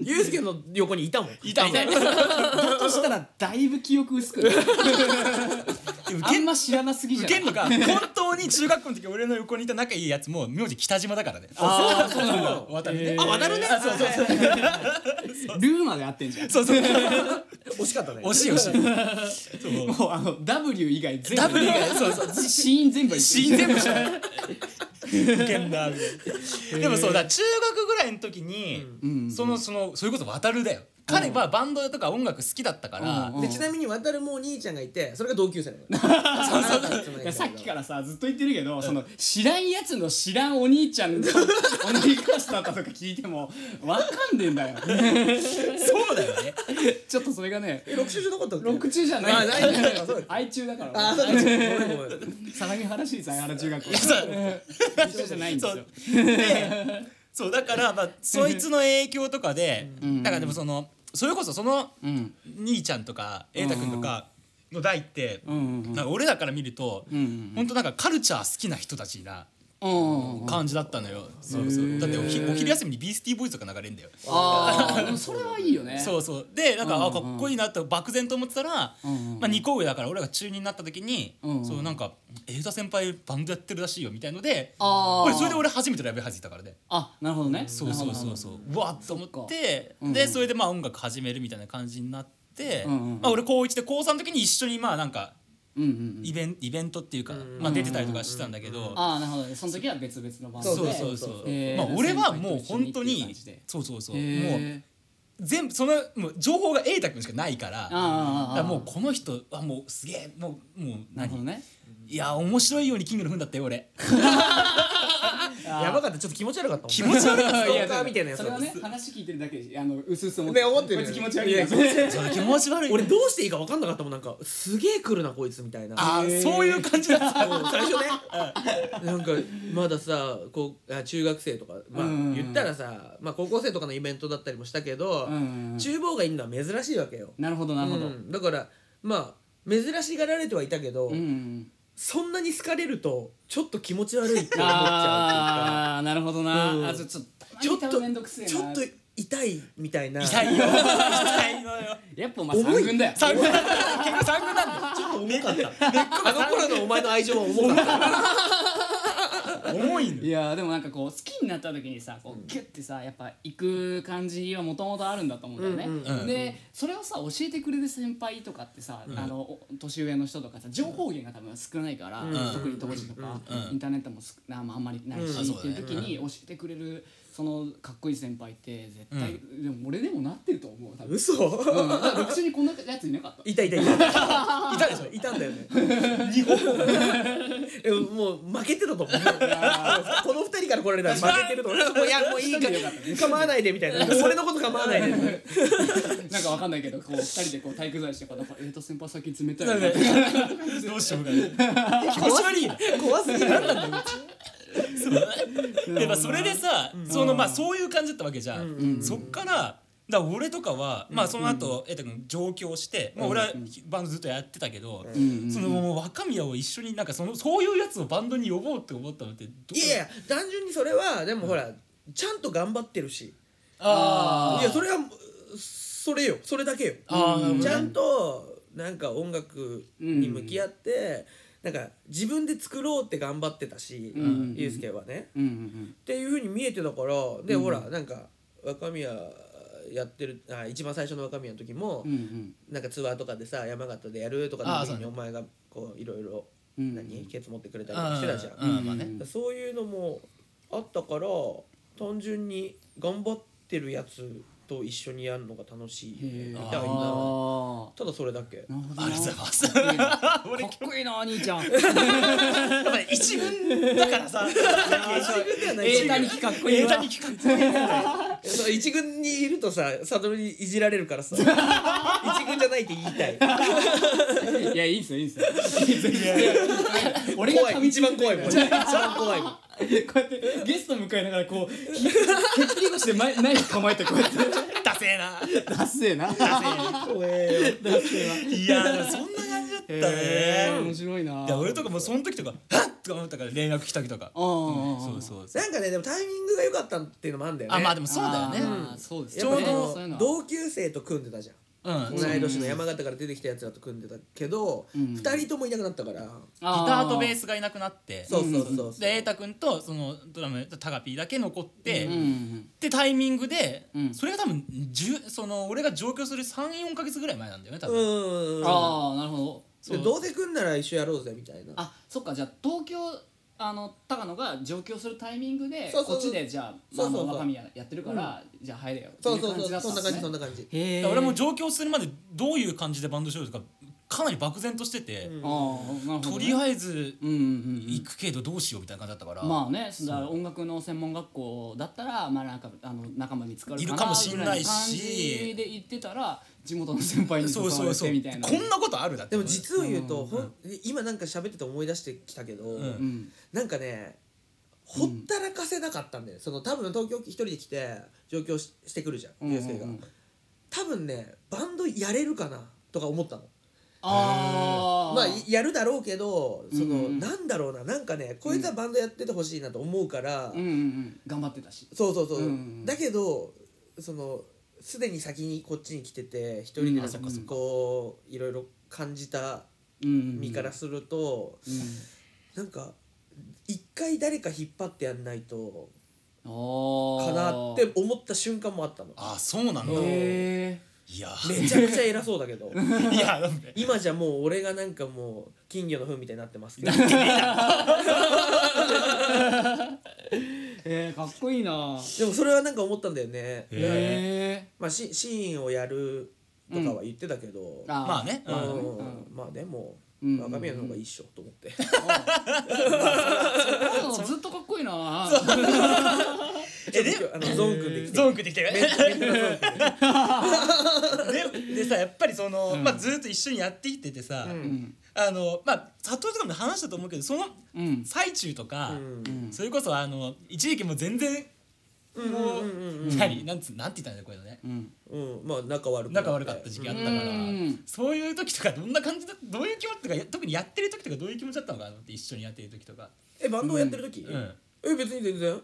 S1: ユうスケの横にいたもんい
S2: たいたいた
S3: だとしたらだいぶ記憶薄くなる。あんま知らなすぎじゃ
S2: 受けん
S3: な
S2: の
S3: い。
S2: か本当に中学校の時俺の横にいた仲いいやつも名字北島だからね
S3: ああそうなんだ。
S2: 渡るね
S1: あ渡るね
S2: あそうそうそう
S3: ルーまで合ってんじゃん。
S2: そうそう
S1: 惜しかったね
S2: 惜しい惜しい [LAUGHS] そう
S3: もうあの W 以外全部。
S2: ダブル以外そうそう
S3: シーン全部。
S2: 死んでもしない受けんなみたいなでもそうだ中学ぐらいの時に、そのそのそれこそ渡るだよ彼はバンドとか音楽好きだったから、
S3: うんうん
S1: でちなみに渡るもお兄ちゃんがいてそれが同級生なの [LAUGHS] そうそう
S3: いやさっきからさずっと言ってるけど、その知らんやつの知らんお兄ちゃんのお兄クラスだったとか聞いてもわかんねえんだよ
S2: そうだよね
S3: [LAUGHS] ちょっとそれがね
S1: え六中じゃなかったっけ
S3: 六中じゃない
S1: あ
S3: [LAUGHS]
S1: ないんだそうだ
S3: 愛中だから
S1: あそうだごめんごめん
S3: 相模原市相原中学校
S2: そう
S3: 一緒じゃないんですよ
S2: そうでそうだから、まあ、そいつの影響とか
S3: [LAUGHS]
S2: で、だからでもそのそれこそその、
S3: うん
S2: 兄ちゃんとか瑛太君とかの代って、
S3: うんうんうん
S2: なんか俺らから見ると、
S3: うんうん
S2: 本当なんかカルチャー好きな人たちな
S3: うんうん
S2: 感じだったのよ、そうそうだっておひお昼休みにビースティーボーイズとか流れんだよ。
S3: ああでもそれはいいよね
S2: そうそうでなんか、あかっこいいなと漠然と思ってたら、
S3: んうん
S2: まあ、2校上だから俺らが中2になった時に、
S3: うんうん
S2: そうなんか瑛太先輩バンドやってるらしいよみたいので
S3: あー
S2: 俺それで俺初めてライブ始めたからね。
S3: あなるほどね
S2: そうそうそうそううわっと思ってでそれでまあ音楽始めるみたいな感じになって、
S3: うんうんうん
S2: まあ、俺高1で高3の時に一緒にまあなんか
S3: うんうんうん
S2: イベンイベントっていうか、まあ、出てたりとかしてたんだけど、
S3: ああなるほどねその時は別々のバンドで
S2: そうそうそう、
S3: へー
S2: まあ、俺はもう本当
S3: 先輩と一緒
S2: に
S3: にっていう感じで
S2: そうそうそうもう
S3: へー
S2: 全部そのもう情報が瑛太君しかないからだ
S3: ああああ
S2: からもうこの人はもうすげえもうもう
S3: なるほ
S2: 何、
S3: どね
S2: いや面白いようにキングの踏んだったよ俺
S4: やばかったちょっと気持ち悪かったもん
S1: 気持ち悪い
S4: スト
S3: いや
S4: ーカーみたいなやつ
S3: それはね話聞いてるだけであの薄々思って
S4: ね思ってる
S3: こいつ気持ち悪いな
S4: や
S2: [LAUGHS]
S4: や
S2: ちょっと気持ち悪い
S4: 俺どうしていいか分かんなかったもんなんかすげえ来るなこいつみたいな
S2: あーそういう感じだ
S4: [LAUGHS]
S2: った
S4: もう最初ねなんかまださこうあ中学生とかまあ
S3: うん
S4: 言ったらさまあ高校生とかのイベントだったりもしたけど
S3: うん
S4: 厨房がいるのは珍しいわけよ
S3: なるほどなるほど、
S4: うんだからまあ珍しがられてはいたけど
S3: うん、
S4: そんなに好かれるとちょっと気持ち悪いって思っちゃう
S3: ああなるほどな、
S4: うん
S3: あちょちょっと
S4: ちょっと
S3: めんどくせえな
S4: っていうかちょっと痛いみたいな
S2: 痛いよ痛いの [LAUGHS] よ
S3: やっぱお前三軍だよ
S2: 三軍結構三軍なんだ
S4: ちょっと重かったあの頃のお前の愛情は重かった
S2: 重 [LAUGHS] いの
S3: いやーでもなんかこう好きになった時にさこうキュッてさやっぱ行く感じはもともとあるんだと思うんだよね、
S4: うんうん
S2: うん
S3: でそれをさ教えてくれる先輩とかってさ、あのお年上の人とかさ情報源が多分少ないから、
S4: ん
S3: 特に当時とか、
S2: うん
S3: インターネットもすなまああんまりない
S2: う
S3: し、
S2: ん
S3: っていう時に教えてくれるそのかっこいい先輩って絶対、でも俺でもなってると思う多分、
S4: 嘘
S3: うん、だから別にこんなやついなかった
S4: いたいたいたいたでしょいたんだよね日本えもう負けてたと思うこの二人から来られたら負けてると思うもういやもういいから構わないでみたいな俺のこと構わないで
S3: なんかわかんないけどこう二人でこう体育座りしてこうなんかえーと先輩最近冷たいな
S2: どうしようもない気持ち悪いよ
S4: 怖すぎるなんなんだよ
S2: やっぱそれでさ、そのまあそういう感じだったわけじゃん、
S4: う
S2: そっからだから俺とかは、まあその後えたくん上京して、まあ、俺はバンドずっとやってたけど、
S3: ん
S2: そのもう若宮を一緒になんかそのそういうやつをバンドに呼ぼうって思ったのってどう
S4: いやいや単純にそれはでもほらちゃんと頑張ってるし
S2: あ
S4: いやそれはそれよそれだけよ
S2: あーなるほどね
S4: ちゃんとなんか音楽に向き合って、なんか自分で作ろうって頑張ってたし、
S3: ん
S4: ゆうすけはね、
S3: うんうん
S4: っていうふうに見えてたからで、ほらなんか若宮やってるあ一番最初の若宮の時も、
S3: うんうんうん
S4: なんかツアーとかでさ山形でやるとか
S2: ああ
S4: の時
S2: そう
S4: に
S2: ね
S4: お前がこういろいろ
S3: うん
S4: 何ケツ持ってくれたりとか
S2: あ
S4: してたじゃん。
S2: うんうんまあね
S3: うん
S4: そういうのもあったから単純に頑張ってるやつと一緒にやるのが楽しいみたいな
S3: あ
S4: ただそれだけ
S3: あなるほど
S2: あ
S3: な
S2: りがとうござい
S3: か
S2: ます
S3: っこいいなかっこいいな兄ちゃん
S2: やっぱり一軍だから [LAUGHS] さ
S4: 一軍ではない
S3: 英単にかっこいい
S2: 英
S3: わ
S2: 単に企画
S4: そう一軍にいるとさサドルにいじられるからさ一軍じゃないって言いたい
S3: [LAUGHS] いやいいっすよいいっすよ俺が
S4: 怖
S3: 噛
S4: い
S3: みつ
S4: 一番怖いもん一番怖いもん
S3: こうやってゲスト迎えながらこうひひっきり腰で前ナイフ構えてこうやって
S2: [LAUGHS] ダセえな
S3: ダッセーな
S2: [LAUGHS]
S4: 怖えよ
S2: いやでもそんな感じだったね、
S3: 面白いない
S2: や俺とかもうその時とか「はっ!」とか思ったから連絡来たりとか、
S3: ああ
S2: そうそうそう
S4: なんかねでもタイミングが良かったっていうのもあるんだよね
S2: あまあでもそうだよね
S3: あーそうです
S4: や
S3: よ
S4: っぱ
S3: ね
S4: その
S3: そういうのは
S4: 同級生と組んでたじゃん
S2: うん
S4: 同い年の山形から出てきたやつらと組んでたけど
S3: ん
S4: 二人ともいなくなったから
S2: ギターとベー
S3: ス
S2: スがいなくなって
S4: そうそうそうそう
S2: で瑛太君とそのドラムタガピーだけ残って、
S3: うんうん
S2: でタイミングで、
S3: うん
S2: それが多分10その俺が上京する34か月ぐらい前なんだよね多分、
S4: うん
S3: ああなるほど
S4: で
S2: そう
S4: どうせ来んなら一緒やろうぜみたいな
S3: あそっかじゃあ東京あの高野が上京するタイミングで
S4: そうそう
S3: こっちでじゃあ
S4: そうそう
S3: ま
S4: そ
S3: あ
S4: う
S3: まあ若宮やってるから、じゃあ入れよ
S4: そうそうそう
S3: ってい
S4: そんな感じそん
S3: だった
S4: な感じ
S3: ですね
S2: だ
S3: へえ
S2: から俺も上京するまでどういう感じでバンドしようとかかなり漠然としてて、
S3: ああなるほど、ね、
S2: とりあえず
S3: うんうんうん
S2: 行くけどどうしようみたいな感じだったから、
S3: まあねそだから音楽の専門学校だったらまあなんかあの仲間見つかる
S2: いるかもしんないし
S3: ぐらいの感じで行ってたら地元の先輩に誘
S2: そう
S3: わ
S2: そ
S3: れ
S2: うそ
S3: て
S2: う
S3: みたいな
S2: こんなことあるだって
S4: でも実を言うとほん今なんか喋ってて思い出してきたけど
S2: ん
S3: うん
S4: なんかねほったらかせなかったんだよその多分東京一人で来て上京ししてくるじゃん
S3: うんう
S4: ユ
S3: んう
S4: ー
S3: ん
S4: スケが多分ねバンドやれるかなとか思ったの
S3: ああ
S4: まあいやるだろうけどそ
S3: うんう
S4: の
S3: ん
S4: なんだろうななんかねこいつはバンドやっててほしいなと思うから
S3: うんうんうん頑張ってたし
S4: そうそうそう、
S3: うんうん
S4: だけどそのすでに先にこっちに来てて一人でなんか
S3: うんあそっかそっか
S4: こういろいろ感じた
S3: うんうん
S4: 身からすると、
S3: うん
S4: なんか一回誰か引っ張ってやんないと
S3: か
S4: かなって思った瞬間もあったの
S2: ああそうなんだ、
S4: うん
S3: へ
S2: いや
S4: めちゃくちゃ偉そうだけど
S2: [LAUGHS] いやだって
S4: 今じゃもう俺がなんかもう金魚の糞みたいになってますけ
S3: [LAUGHS]
S4: ど
S3: えかっこいいな
S4: でもそれはなんか思ったんだよね、
S2: へえ
S3: へ
S4: まあ、シシーンをやるとかは言ってたけど、
S3: え
S4: うん
S2: まあね
S3: まあね
S2: う
S4: まあでも
S3: うん
S4: 若宮の方がいいっしょと思って。
S3: うんずっとかっこいいな
S4: えであのゾーン君できて
S2: ゾーンくんできたよね
S4: メンテナゾーン君
S2: [LAUGHS] ででさやっぱりその、まあ、ずっと一緒にやってきててさ、あのまあ佐藤とかも話したと思うけどその
S3: うん
S2: 最中とか、
S4: うん
S2: それこそあの一時期もう全然もう,、
S4: うんうん
S2: 何なんつなんて言ったんだよこれね、
S3: うん
S4: うんまあ仲悪くな
S2: 仲悪かった時期あったから、
S3: うん
S2: そういう時とかどんな感じだどういう気持ちとかや特にやってる時とかどういう気持ちだったのかなと思って一緒にやってる時とか、
S4: えバンドをやってる時、
S2: うん
S4: え別に全然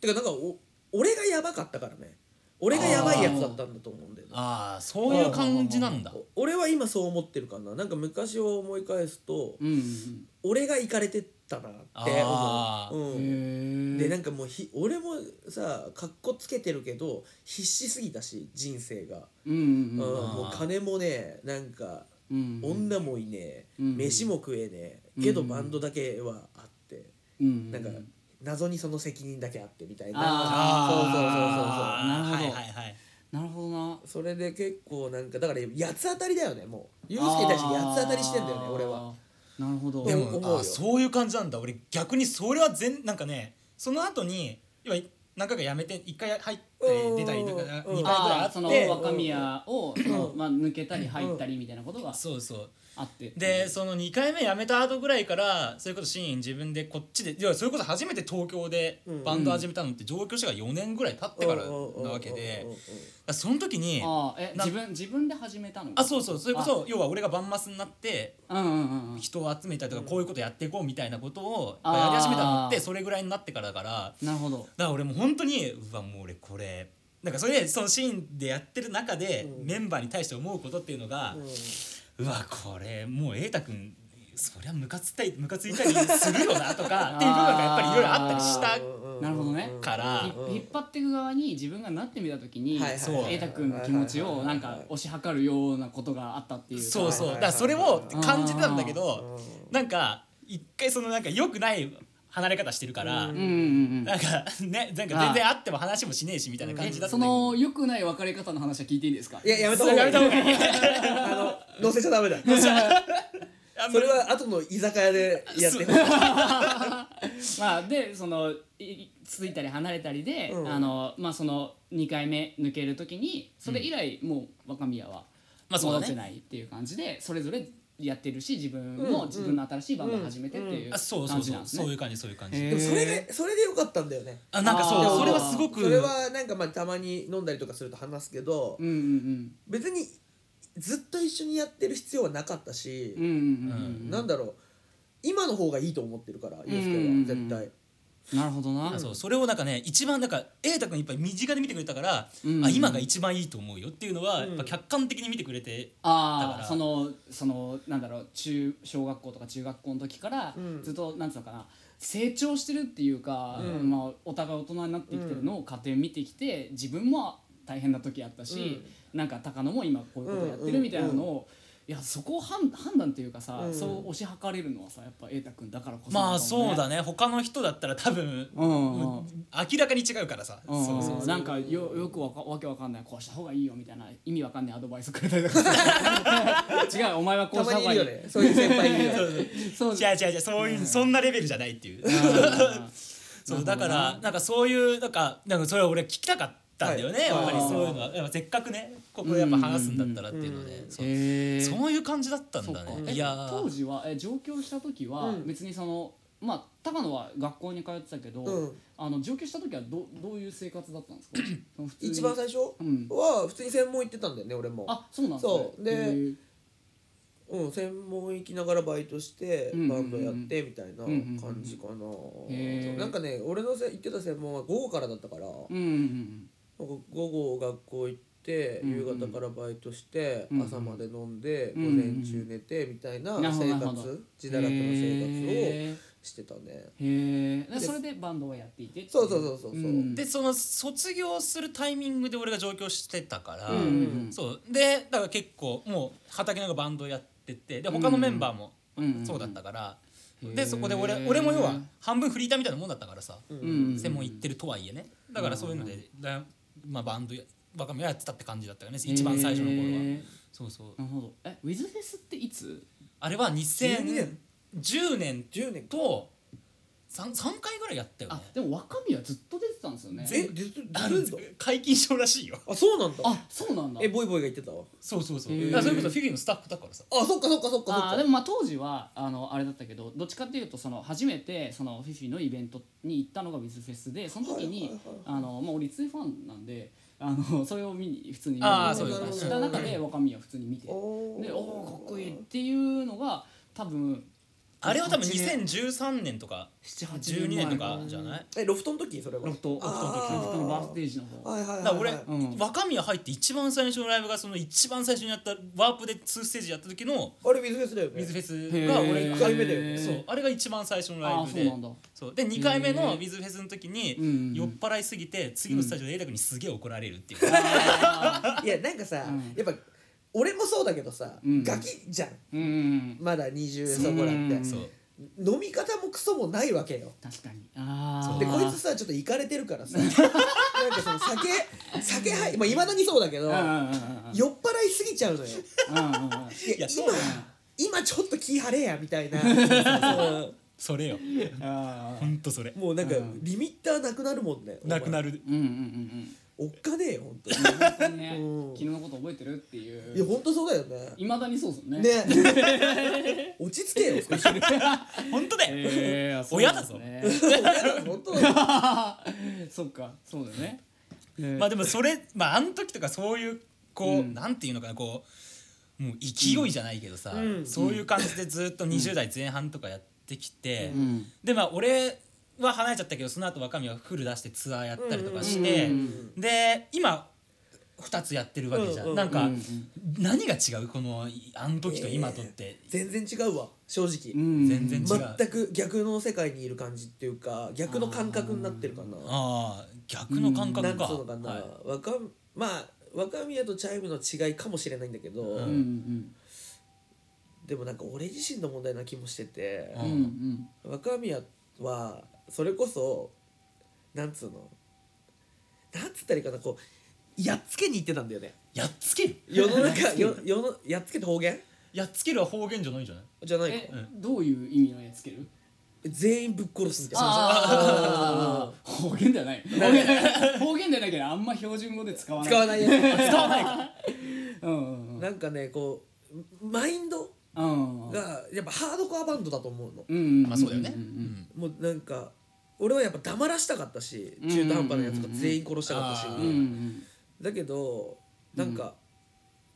S4: てかなんかお俺がやばかったからね俺がやばいやつだったんだと思うんだよね
S2: ああそういう感じなんだ
S4: お俺は今そう思ってるかななんか昔を思い返すと、
S3: うん
S4: 俺がイかれてったなって
S2: あー
S4: 思う、
S3: う
S4: うん
S3: ん
S4: でなんかもうひ俺もさかっこつけてるけど必死すぎたし人生が、
S3: うん
S4: うん
S3: うん
S4: もう金もねなんか、
S3: うん
S4: 女もいねえ、
S3: うん
S4: 飯も食えねえけどバンドだけはあって、
S3: うん
S4: なんか謎にその責任だけあってみたいな
S3: あ
S4: そうそうそうそうそう
S3: ー
S2: なるほどはいはいはい
S3: なるほどな
S4: それで結構なんかだから八つ当たりだよねもうユースケに対して八つ当たりしてんだよね俺は。
S3: あーなるほど
S4: で
S2: で
S4: も
S2: も
S4: 思うよ
S2: あそういう感じなんだ俺逆にそれは全なんかねその後に要は何回かやめて一回入ったり出たりとか
S4: う
S2: 2
S4: ん
S2: 回
S4: う
S2: ぐら
S4: ん
S2: い
S3: あ
S2: あ
S3: あその
S2: って
S3: 若宮をそのまあ抜けたり入ったりみたいなことが
S2: そうそう
S3: あって
S2: でその2回目やめた後ぐらいからそれこそシーン自分でこっちで要はそれこそ初めて東京で
S4: うん
S2: バンド始めたのって上京してから4年ぐらい経ってからなわけでだからその時に
S3: あーえ
S2: な
S3: 自分自分で始めたの
S2: あそうそうそれこそ要は俺がバンマスになって
S3: うんうんうんうん
S2: 人を集めたりとかこういうことやっていこうみたいなことをやっぱやり始めたのって
S3: あー
S2: それぐらいになってからだから
S3: なるほど
S2: だから俺もう本当にうわもう俺これなんかそれでそのシーンでやってる中でメンバーに対して思うことっていうのが、うわこれもう瑛太君そりゃムカついたりムカついたりするよなと
S3: [LAUGHS]
S2: かっていう部分がやっぱりいろいろあったりした
S3: なるほどね
S2: から
S3: ひ引っ張っていく側に自分がなってみた時に
S4: はいはい
S2: そう
S3: 瑛太君の気持ちをなんか推し量るようなことがあったっていうか
S2: そうそう
S4: はいはいはい
S2: だからそれを感じてたんだけどなんか一回そのなんか良くない離れ方してるから、
S3: うんうん
S2: なんかねなんか全然会っても話もしねえしみたいな感じ
S3: う
S2: だった
S3: んそ
S2: んだけど
S3: の良くない別れ方の話は聞いていいですか
S4: いややめた方がいい [LAUGHS] あの乗せちゃダメだ
S2: あんま
S4: そ
S2: り
S4: れは後の居酒屋でやってほしい
S3: まあでそのいいついたり離れたりで、
S4: うん
S3: あのまあその2回目抜ける時にそれ以来もう若宮は
S2: まあそうだ
S3: 戻
S2: ね
S3: ってないっていう感じでそれぞれやってるし自分も自分の新しいバンドを始めてっていう
S2: あそうそ
S3: 感
S2: う
S3: じ
S2: そ
S3: なん
S2: う
S3: です
S2: そうい
S3: ね。
S2: う感じそういう感
S3: へ
S2: じ
S3: え
S4: でもそれがそれでよかったんだよね
S2: あなんか
S3: あ
S2: そう
S3: ー
S2: それはすごく
S4: それはなんかまあたまに飲んだりとかすると話すけど
S3: うんうん
S4: 別にずっと一緒にやってる必要はなかったし
S3: うんうんうんうんうん
S4: なんだろう今の方がいいと思ってるからユースケ
S3: うん
S4: は絶対
S3: なるほどな
S2: あそうそれをなんかね一番なんか瑛太君いっぱい身近で見てくれたから、
S3: うん
S2: あ今が一番いいと思うよっていうのは、やっぱ客観的に見てくれてだ
S3: あ
S2: か
S3: あ
S2: ら
S3: そのそのなんだろう中小学校とか中学校の時から
S4: ん
S3: ずっと、なんつうのかな成長してるっていうか、まあ、お互い大人になってきてるのを家庭見てきて自分も大変な時あったし、なんか高野も今こういうことやってるみたいなのを、いやそこを判判断っていうかさ、そう推し量れるのはさやっぱ瑛太君だからこそ
S2: まあそうだ
S3: ね。
S2: ね他の人だったら多分、
S3: うんうんうん
S2: 明らかに違うからさ、
S3: うん
S2: そうそうそう
S3: なんかよよくわかわけわかんないこうした方がいいよみたいな意味わかんないアドバイスくれたりとかさ [LAUGHS] 違うお前はこ
S4: た
S3: うし
S4: ま
S3: た
S4: に
S3: 方
S4: い
S3: が
S4: る
S3: いい
S4: よねそういう先輩いるよね
S3: [LAUGHS] そう
S2: 違う違う違うそういう、そんなレベルじゃないっていう [LAUGHS] そうだからなんかそういうなんかなんかそれは俺聞きたかったんだよね、
S4: はい
S2: やっぱりそういうのはやっぱせっかくねここでやっぱ話すんだったらっていうので、そう
S3: へえ
S2: そういう感じだったん
S3: そうか
S2: だね
S3: え
S2: いやー
S3: 当時はえ上京した時は別にその、まあ高野は学校に通ってたけど、
S4: うん
S3: あの上京した時はどどういう生活だったん
S4: [CLEARS THROAT]
S3: ですかその普通に
S4: 一番最初
S3: ん
S4: は普通に専門行ってたんだよね俺も
S3: あそうなん
S4: そうで
S3: へえ
S4: うん、専門行きながらバイトして
S3: うんうん
S4: バ
S3: うん
S4: ンドやってみたいな感じかな、
S3: へー
S4: なんかね俺のせ行ってた専門は午後からだったから、
S3: うんうん
S4: なんか午後学校行って
S3: うんうん
S4: 夕方からバイトして、
S3: うんうん
S4: 朝まで飲んで、
S3: うんうん
S4: 午前中寝てみたいな
S3: なるほど
S4: 生
S3: なるほど
S4: 活自堕落の生活
S3: へ
S4: をしてたね
S3: えへえでそれでバンドをやっていて
S4: そうそうそうそうそう、
S3: うん
S2: でその卒業するタイミングで俺が上京してたから、
S3: うんうんうん
S2: そうでだから結構もう畑中バンドやっててで他のメンバーも
S3: うんうんうん
S2: そうだったから、
S3: うん
S2: で
S3: へー
S2: そこで俺俺も要は半分フリーターみたいなもんだったからさ、
S3: うん
S2: 専門行ってるとはいえねだからそういうので、だまあ、バンドや若めやってたって感じだったよね一番最初の頃は、
S3: へえ
S2: そうそう
S3: なるほどえウィズフェスっていつ
S2: あれは
S4: 12
S2: 2010年
S4: 10年
S2: と三三回ぐらいやったよ
S3: あ
S2: ね
S3: でも若宮ずっと出てたんですよね
S4: え出て出るんだ
S2: [LAUGHS] 解禁症らしいよ
S4: あそうなんだ
S3: あそうなんだ
S4: えボイボイが言ってたわ
S2: そうそうそう
S3: へー
S2: だからそれこそフィリーのスタッフだからさ
S4: あそっかそっかそっかそっ
S3: あー
S4: か
S3: でもまあ当時はあのあれだったけどどっちかっていうとその初めてそのフィフィのイベントに行ったのがウィズフェスでその時にあのまあ俺ツイファンなんであの [LAUGHS] それを見に普通に見に
S2: あー
S3: 行っ
S2: そう
S3: た
S2: で
S3: り
S2: す
S3: した中で若宮を普通に見てで
S4: おー
S3: おおーかっこいいっていうのが多分
S2: あれは多分
S3: 8年
S2: 2013年とか
S3: 78
S2: 12年と
S3: 前
S2: かじゃない
S4: えロフトの時それは
S3: ロフトロフトの時ロフトのバースデージの方
S4: はいはいは
S2: だ
S4: い
S2: から俺、
S4: はい
S3: うん
S2: 若宮入って一番最初のライブがその一番最初にやったワープで2ステージやった時の
S4: あれ水フェスだよね
S2: 水フェ
S3: へ
S2: ス
S3: ー
S2: が俺
S4: 一回目だよね
S2: そうあれが一番最初の
S3: あ
S2: ラ
S3: あ
S2: イブ
S3: そう
S2: で
S3: なんだ
S2: そうで2回目
S3: へ
S2: の
S3: ー
S2: 水フェスの時
S3: うんうんう
S2: に
S3: ん
S2: 酔っ払いすぎて次のスタジオで瑛太君にすげえ怒られるっていう、
S4: いやなんかさ、
S3: うん
S4: やっぱ俺もそうだけどさ、
S3: うん
S4: ガキじゃん
S3: うんうんうん
S4: まだ20そこらって
S3: うん
S2: そう
S4: 飲み方もクソもないわけよ
S3: 確かにああ
S4: でこいつさちょっとイかれてるからさなんかその酒酒はいまあ、未だにそうだけど、
S3: うんうんうんうん
S4: 酔っ払いすぎちゃうのよ
S3: うんうんうん
S4: いや
S2: いやそう
S4: 今
S2: だよ
S4: 今ちょっと気晴れやみたいな
S2: それよ
S3: あ
S2: ほんとそれ
S4: もうなんか、
S3: うん
S4: リミッターなくなるもんね
S2: なくな
S4: る
S2: る
S3: ーうんうんうん
S4: おっかねえよ本当に
S3: うん本当にね
S4: うん
S3: 昨日のこと覚えてるって
S4: いや
S3: いう
S4: 本当そうだよね
S3: いまだにそうですよね
S4: ね落ち着けよ少し [LAUGHS]
S2: ほんとだよ、
S3: えー
S2: 親だぞ
S3: そうなんですね
S4: 本当だよ
S3: [LAUGHS] そっかそうだよねえー
S2: [LAUGHS] まあでもそれまああの時とかそういうこう、
S3: うん
S2: なんていうのかなこうもう勢いじゃないけどさ、
S4: うん
S2: そういう感じでずっと20代前半とかやってきて、
S3: うん
S2: でまあ俺は離れちゃったけどその後若宮はフル出してツアーやったりとかして、
S3: うん
S2: で今2つやってるわけじゃん、
S4: うんうん
S2: なんか、
S3: うん
S2: 何が違うこのあの時と今とって、
S4: 全然違うわ正直、
S3: うん
S2: 全然違う
S4: 全く逆の世界にいる感じっていうか逆の感覚になってるかな
S2: ああ逆の感
S4: な
S2: 覚
S4: ん
S2: か,、
S4: つうのかな、
S2: はい
S4: 若まあ若宮とチャイムの違いかもしれないんだけど、
S2: う
S3: うんうん
S4: でもなんか俺自身の問題な気もしてて
S2: う
S3: うんうんうん
S4: 若宮はそれこそなんつうのなんつったらいいかなこうやっつけに行ってたんだよね
S2: やっつける
S4: 世の
S2: [LAUGHS]
S4: 中よ世のやっつけって方言
S2: やっつけるは方言じゃないんじゃない
S4: じゃない
S3: え
S4: か
S3: どういう意味のやつける
S4: 全員ぶっ殺すみたいな
S3: ああ方言では
S2: [LAUGHS]
S3: ない方言ではないけどあんま標準語で使わない
S4: 使わ
S3: い
S4: ないやつ
S2: 使わないか
S3: うんうんうん
S4: なんかねこうマインド
S3: うんうん
S4: がやっぱハードコアバンドだと思うの
S3: うんうん
S2: まあそうだよね、
S3: んん
S4: もうなんか俺はやっぱ黙らしたかったし中途半端なやつが全員殺したかったし
S2: うん
S3: うんうんうん
S4: だけどなんか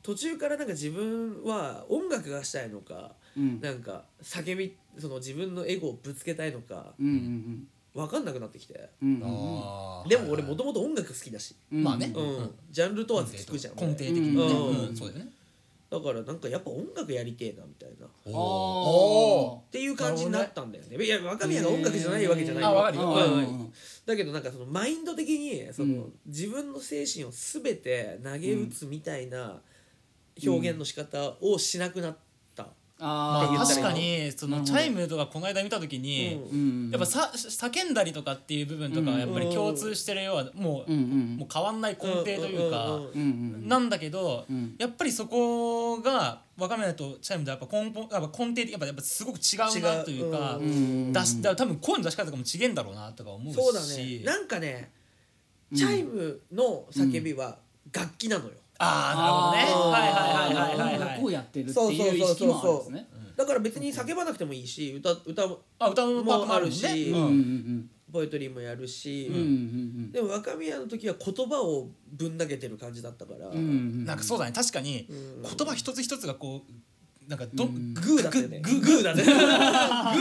S4: 途中からなんか自分は音楽がしたいのか
S3: うん
S4: なんか叫びその自分のエゴをぶつけたいのか
S3: うんうん
S4: 分かんなくなってきて
S3: うんうん
S2: うんあー
S4: でも俺もともと音楽好きだし、
S3: うん
S2: まあね
S4: う
S2: うん
S4: ん、ジャンル問わず聞くじゃん
S2: 根底的
S4: 俺
S2: にね、
S4: うん
S2: うんそうだよね
S4: だからなんかやっぱ音楽やりてえなみたいな
S3: あ
S2: お
S4: っていう感じになったんだよねいや若宮が音楽じゃないわけじゃないよ
S2: あわかる
S3: ー
S2: よ
S4: うん
S3: うん
S4: うんだけどなんかそのマインド的にその、
S3: うん
S4: 自分の精神を全て投げ打つみたいな表現の仕方をしなくなった、
S3: あ
S2: ま
S3: ー
S2: あ確かにそ
S3: なる
S2: の
S3: ほ
S2: チ
S3: ど
S2: ャイムとかこの間見た時に、
S4: うん
S3: うん
S2: やっぱさ叫んだりとかっていう部分とかはやっぱり共通してるようはもう,、
S3: うんうん
S2: もう変わんない根底というか、
S4: んん
S3: うんうん
S2: なんだけど、
S3: うん
S2: やっぱりそこが若宮とチャイムでやっぱ根本やっぱ根底的やっぱやっぱすごく違うなというか
S4: 違
S3: う
S4: う
S3: んうん
S2: 出しだから多分声の出し方とかも違えんだろうなとか思うし
S4: そうだねなんかねチャイムの叫びは楽器なのよ、
S2: ああなるほどね
S3: あー
S2: はいはいはいはいはい
S3: 音楽を
S2: はい
S3: やってるっていう意識もあるんですね
S4: だから別に叫ばなくてもいいし歌歌も
S2: あ歌のパートもある
S4: もある
S2: し、
S4: し
S2: ね
S3: うん
S2: う
S3: うん
S2: ん
S4: ポエトリーもやるし、
S3: うんうんうん
S4: でも若宮の時は言葉をぶん投げてる感じだったか
S3: う
S4: ら、
S3: んうんうん
S2: なんかそうだね確かに言葉一つ一つがこうなんかど、
S3: うん
S4: グーだったよね
S2: グー
S4: グーだ
S2: [LAUGHS]
S4: ねグ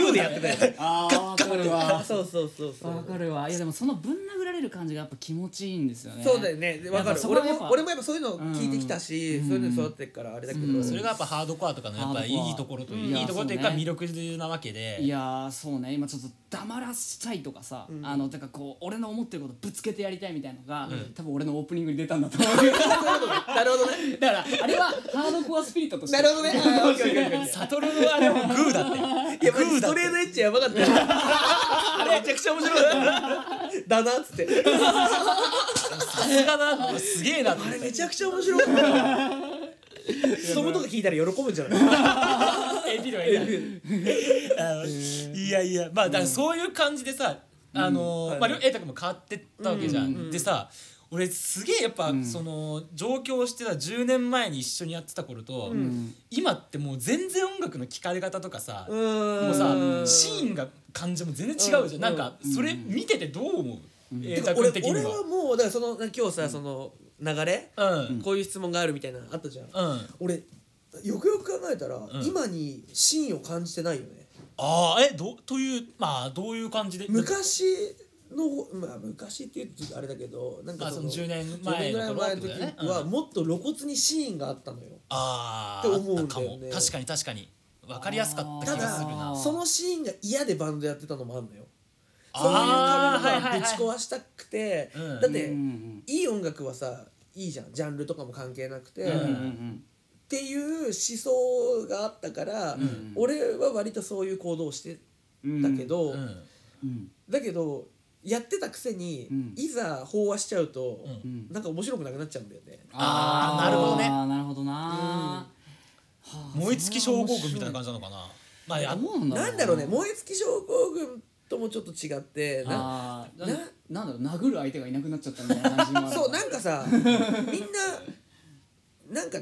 S4: ーでやってたよね
S3: あーわかるわ
S4: そうそうそうそう
S3: わかるわいやでもそのぶん殴られる感じがやっぱ気持ちいいんですよね
S4: そうだよねでわか
S3: やっぱ
S4: る
S3: そこ
S4: 俺
S3: はやっぱ
S4: も俺もやっぱそういうの聞いてきたし、
S3: うん
S4: そういうの育ってるからあれだけど、
S3: うん
S2: それがやっぱハードコアとかのやっぱいいところという
S3: ハ
S2: いい
S3: ー
S2: と
S3: ド
S2: ころ
S3: コアうん
S2: というか
S3: い
S2: 魅
S3: や
S2: 力なわけで
S3: いやーそうね今ちょっと黙らしたいとかさ、
S4: ん
S3: あのてかこう俺の思ってることぶつけてやりたいみたいのが、
S2: ん
S3: 多分俺のオープニングに出たんだと思うだか
S4: なるほどね
S3: らあれはハードコアスピリットとして
S4: なるほどねあーオッケーオッケーオッケー
S2: サトルはでもグーだって
S4: いやマジストレートエッチやばかったよあれめちゃくちゃ面白かっただなっつって
S2: さすがだなすげえなって
S4: [LAUGHS] あれめちゃくちゃ面白かったストムとか聞いたら喜ぶんじゃない
S2: エビの絵だあのいやいやまあだからそういう感じでさ、あのーまありょ瑛太君も変わってったわけじゃん、でさ俺すげえやっぱ、その上京してた10年前に一緒にやってた頃と、今ってもう全然音楽の聴かれ方とかさ、もうさシーンが感じも全然違うじゃん、
S4: うん
S2: なんかそれ見ててどう思う瑛太、君
S4: 俺
S2: 的に
S4: 俺
S2: は。
S4: はもうだからその今日さその流れ
S2: うん
S4: こういう質問があるみたいなのあったじゃん
S2: うん、あ
S4: 俺よくよく考えたら
S2: ん
S4: 今にシーンを感じてないよね
S2: あーえどというまあどういう感じで
S4: 昔のまあ昔って言うとあれだけどなんか
S2: あその10年
S4: 10
S2: 前
S4: ぐら
S2: の
S4: い
S2: 頃っ
S4: 前
S2: てこ
S4: の
S2: と
S4: 時
S2: だよね
S4: はもっと露骨にシーンがあったのよ
S2: あ
S4: って思うんだよ
S2: あ
S4: ね
S2: ったかも確かに確かに分かりやすかった
S4: た
S2: 気がするな
S4: だそのシーンが嫌でバンドやってたのもあるのよそういう
S2: あー
S4: 壁
S2: はいはいはい
S4: がぶち壊したくて
S2: うん
S4: だっ
S3: う
S4: て
S3: ん
S4: いい音楽はさいいじゃんジャンルとかも関係なくて、
S2: う
S3: うんん
S4: っていう思想があったから、俺は割とそういう行動をして
S3: うん
S4: たけど、
S2: うん
S3: うん
S4: だけどやってたくせに、
S3: ん
S4: いざ飽和しちゃうと、
S2: うん
S3: ん
S4: なんか面白くなくなっちゃうんだよね。
S2: あーなるほどね
S3: あーなるほどな
S2: 燃え尽き症候群みたいな感じなのかなまあや
S3: どうなんだろう
S4: なんだろうね燃え尽き症候群ともちょっと違ってな
S3: あーななんだろう殴る相手がいなくなっちゃったみたいな感じもある
S4: そうなん
S2: [LAUGHS]
S4: かさみんななんか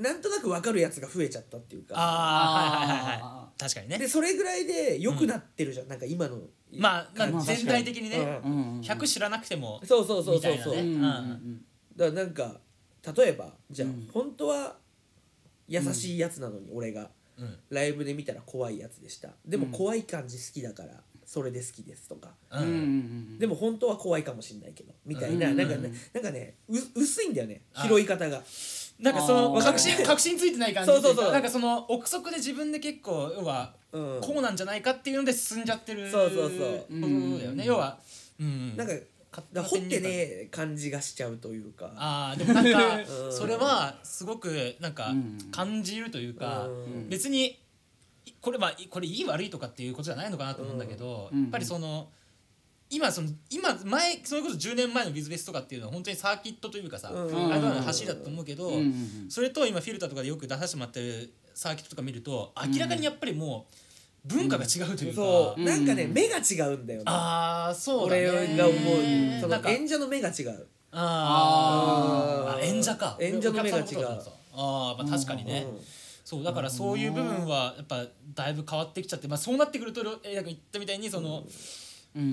S4: なんとなく分かるやつが増えちゃったっていうか。
S2: あーはいはいはい
S3: あ
S2: はい確かにね
S4: でそれぐらいで良くなってるじゃん、なんか今の
S2: まあなん
S3: ま
S2: か
S3: あ
S2: 全体的にね
S4: う
S3: うんうんうん
S2: 100知らなくても
S4: そうそうそうそうそう、
S2: みたいなね
S3: うんうんうん
S4: だからなんか例えばじゃあ、本当は優しいやつなのに俺が、
S2: うん
S4: ライブで見たら怖いやつでしたでも怖い感じ好きだからそれで好きですとか、
S2: う
S3: うんうん
S2: ん
S4: でも本当は怖いかもしんないけどみたいな、
S3: うん
S4: なんかねなんかねう薄いんだよね拾い方が
S2: なんかその
S3: あー
S2: 確信確信ついてない感じ
S4: そうそう
S2: ってい
S4: そう
S2: かなんかその憶測で自分で結構要は
S4: うん
S2: こうなんじゃないかっていうので進んじゃってる
S4: そうそうそう
S2: ことだよね要はうん
S4: なんか
S2: 勝手
S4: だから
S2: に
S4: 掘ってねえ感じがしちゃうというか
S2: あーでもなんか
S4: うん
S2: それはすごくなんか
S3: ん
S2: 感じるというか
S4: うん
S2: 別にいこれまあいこれいい悪いとかっていうことじゃないのかなと思うんだけど
S3: ん
S2: やっぱりその今その今前それこそ10年前のビズベスとかっていうのは本当にサーキットというかさあ
S4: うん
S2: れとかの走りだと思うけど
S3: うんうん
S2: それと今フィルターとかでよく出させてもらってるサーキットとか見ると明らかにやっぱりもう文化が違うというか。
S4: そう、
S3: うん
S4: なんかね目が違うんだよね
S2: あーそうだね
S4: 俺が思うそ
S2: なん
S4: の
S2: か
S4: 演者の目が違う
S2: あー
S4: あ
S2: あ
S4: ー
S2: 演者か
S4: 演者の目が違
S2: お
S4: う
S2: 客さんのことだと思ってたあー、まあ確かにね、
S4: うん
S2: そうだからそういう部分はやっぱだいぶ変わってきちゃって、まあ、そうなってくるとえなんか言ったみたいにその、